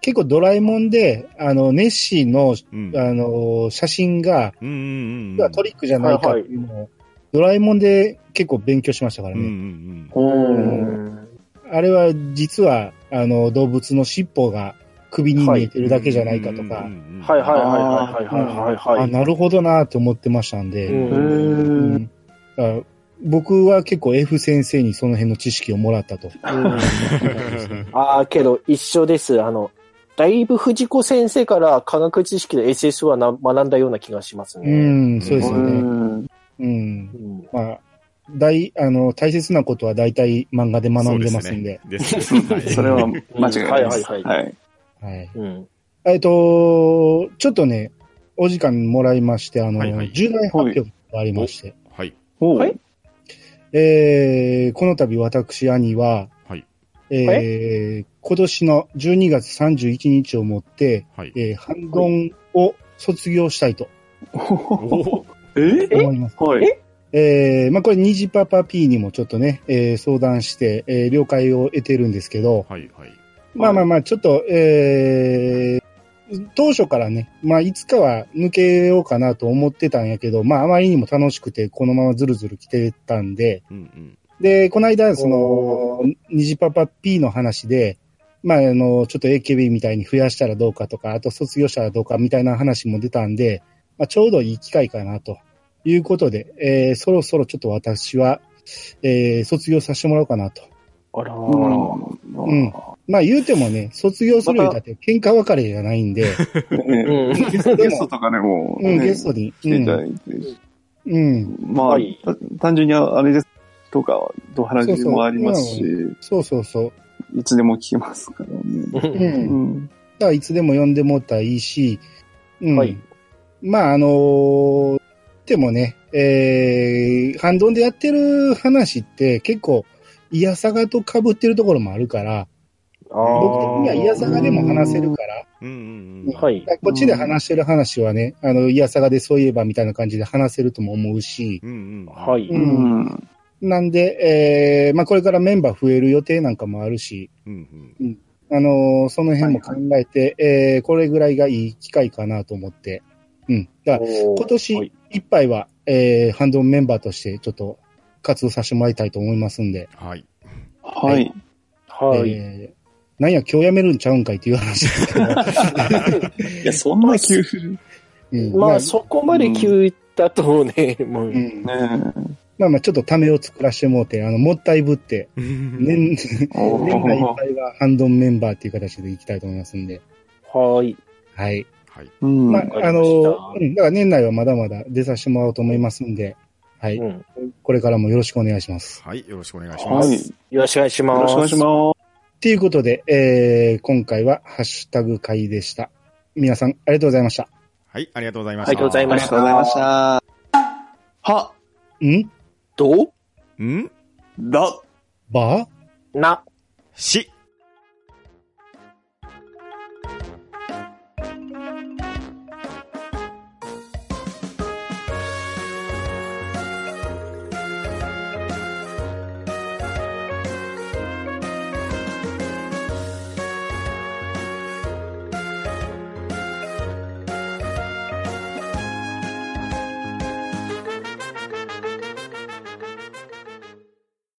Speaker 3: 結構ドラえもんで、あの、ネッシーの、
Speaker 2: うん。
Speaker 3: あの、写真が、
Speaker 2: うんうんうん。
Speaker 3: トリックじゃないかっていうのを、ドラえもんで結構勉強しましたから
Speaker 2: うんう
Speaker 3: ね。
Speaker 2: ん
Speaker 1: おー
Speaker 4: ん。
Speaker 3: あれは実は、あの、動物の尻尾が首に見えて
Speaker 2: うん。
Speaker 3: るだけじゃないかとか、
Speaker 4: はい
Speaker 2: い。
Speaker 4: はいはいはいはいはいは
Speaker 3: あ、
Speaker 4: い。
Speaker 3: なるほどなと思ってましたんで、
Speaker 4: うん
Speaker 3: うんだから僕は結構 F 先生にその辺の知識をもらったと。
Speaker 4: ああ、けど一緒です。あの、だいぶ藤子先生から科学知識で SS はな学んだような気がします
Speaker 3: う
Speaker 4: ね。
Speaker 3: ん、そうですよね。
Speaker 1: ん
Speaker 3: うん。
Speaker 4: うん。
Speaker 3: まあ、大、あの、大切なことは大体漫画で学んで ますんで。
Speaker 2: そうすね。ですね
Speaker 1: それは間違いないです。
Speaker 4: はいはいは
Speaker 1: はい。
Speaker 3: はい。
Speaker 4: うん。
Speaker 3: えっと、ちょっとね、お時間もらいまして、あの、
Speaker 2: はいはい
Speaker 3: 重大発表がありまして、
Speaker 2: はい。
Speaker 1: お
Speaker 4: はい
Speaker 3: えー、この度私、兄は、
Speaker 2: はい。
Speaker 3: えー、今年の12月31日をもって、
Speaker 2: はい。
Speaker 3: えー、ハンドンを卒業したいと
Speaker 1: お
Speaker 2: お
Speaker 1: え
Speaker 3: 思います。
Speaker 1: はい。
Speaker 3: えーまあこれ、ニジパパ P にもちょっとね、えー相談して、えー了解を得てるんですけど、
Speaker 2: はいはい。
Speaker 3: まあまあまあ、ちょっと、えー当初からね、まあ、いつかは抜けようかなと思ってたんやけど、まあ、あまりにも楽しくて、このままずるずる来てたんで、
Speaker 2: うん
Speaker 3: で、この間、その、ニジパパ P の話で、まあ、あの、ちょっと AKB みたいに増やしたらどうかとか、あと卒業したらどうかみたいな話も出たんで、まあ、ちょうどいい機会かな、ということで、えーそろそろちょっと私は、えー卒業させてもらおうかなと。
Speaker 4: あらー
Speaker 3: うんまあ、言うてもね、卒業するよりだって喧嘩別れじゃないんで、
Speaker 1: ね
Speaker 4: うん。
Speaker 1: ゲストとかね、もう
Speaker 3: う
Speaker 1: ね。
Speaker 3: ん、ゲストに。
Speaker 1: 来ていただいて。
Speaker 3: うん。うん。
Speaker 1: まあ
Speaker 4: はい、
Speaker 1: た単純にあれですとか、ドハラジもありますし、
Speaker 3: そうそうそう。
Speaker 1: いつでも聞けますからね。
Speaker 3: う。
Speaker 4: うん
Speaker 1: うん。
Speaker 3: だからいつでも呼んでもらったらいいし、うん。
Speaker 4: はい
Speaker 3: まあ、あのーでもね、えー、ハンドンでやってる話って結構、イヤサガと被ってるところもあるから、
Speaker 4: あー
Speaker 3: 僕的にはイヤサガでも話せるから、
Speaker 2: うん。うんうんうん。。
Speaker 4: はいい。
Speaker 3: こっちで話してる話はね、あの、イヤサガでそういえばみたいな感じで話せるとも思うし、
Speaker 2: うんうん。
Speaker 4: は。い。
Speaker 1: う。
Speaker 3: うんなんで、えー、まあ、これからメンバー増える予定なんかもあるし、
Speaker 2: うん
Speaker 3: あのーその辺も考えて、えーこれぐらいがいい機会かなと思って、うん。だから今
Speaker 4: 今
Speaker 3: 年いっぱいは、えー、ハンドンメンバーとしてちょっと活動させてもらいたいと思いますんで、
Speaker 2: うん。はい。
Speaker 1: はい。
Speaker 4: はい。
Speaker 3: えーなんや、今日辞めるんちゃうんかいっていう 話ですけど。
Speaker 1: いや、そんな急ね
Speaker 3: うん
Speaker 4: まあ、そこまで急だとね、も
Speaker 3: う。
Speaker 4: う
Speaker 3: ん
Speaker 1: え。
Speaker 3: まあまあ、ちょっとためを作らせてもうて、あの、もったいぶって、 年、
Speaker 1: お
Speaker 3: 年内いっ
Speaker 1: ー
Speaker 3: ぱいはハンドンメンバーっていう形でいきたいと思いますんで、
Speaker 4: はい。
Speaker 3: はい。
Speaker 2: はい。
Speaker 1: うん。
Speaker 3: ま
Speaker 1: は
Speaker 3: あ
Speaker 1: い。、
Speaker 3: あの
Speaker 4: わ、かりました
Speaker 3: うんだから年内はまだまだ出させてもらおうと思いますんで、はい。
Speaker 4: うん
Speaker 3: これからもよろしくお願いします。
Speaker 2: はい。よろしくお願いしま
Speaker 1: よ
Speaker 2: す。
Speaker 1: ろ
Speaker 4: よろしくお願いします。
Speaker 1: しくお願いします。
Speaker 3: ということで、えー今回はハッシュタグ会でした。皆さん、ありがとうございました。
Speaker 2: はい、ありがとうございました。
Speaker 4: ありがとうござい
Speaker 1: あ
Speaker 4: ま
Speaker 1: り
Speaker 4: し
Speaker 1: が
Speaker 4: た
Speaker 1: とうございました。は、
Speaker 3: ん
Speaker 4: どう
Speaker 2: た。ん
Speaker 1: だ、
Speaker 3: ば
Speaker 4: な。
Speaker 2: し。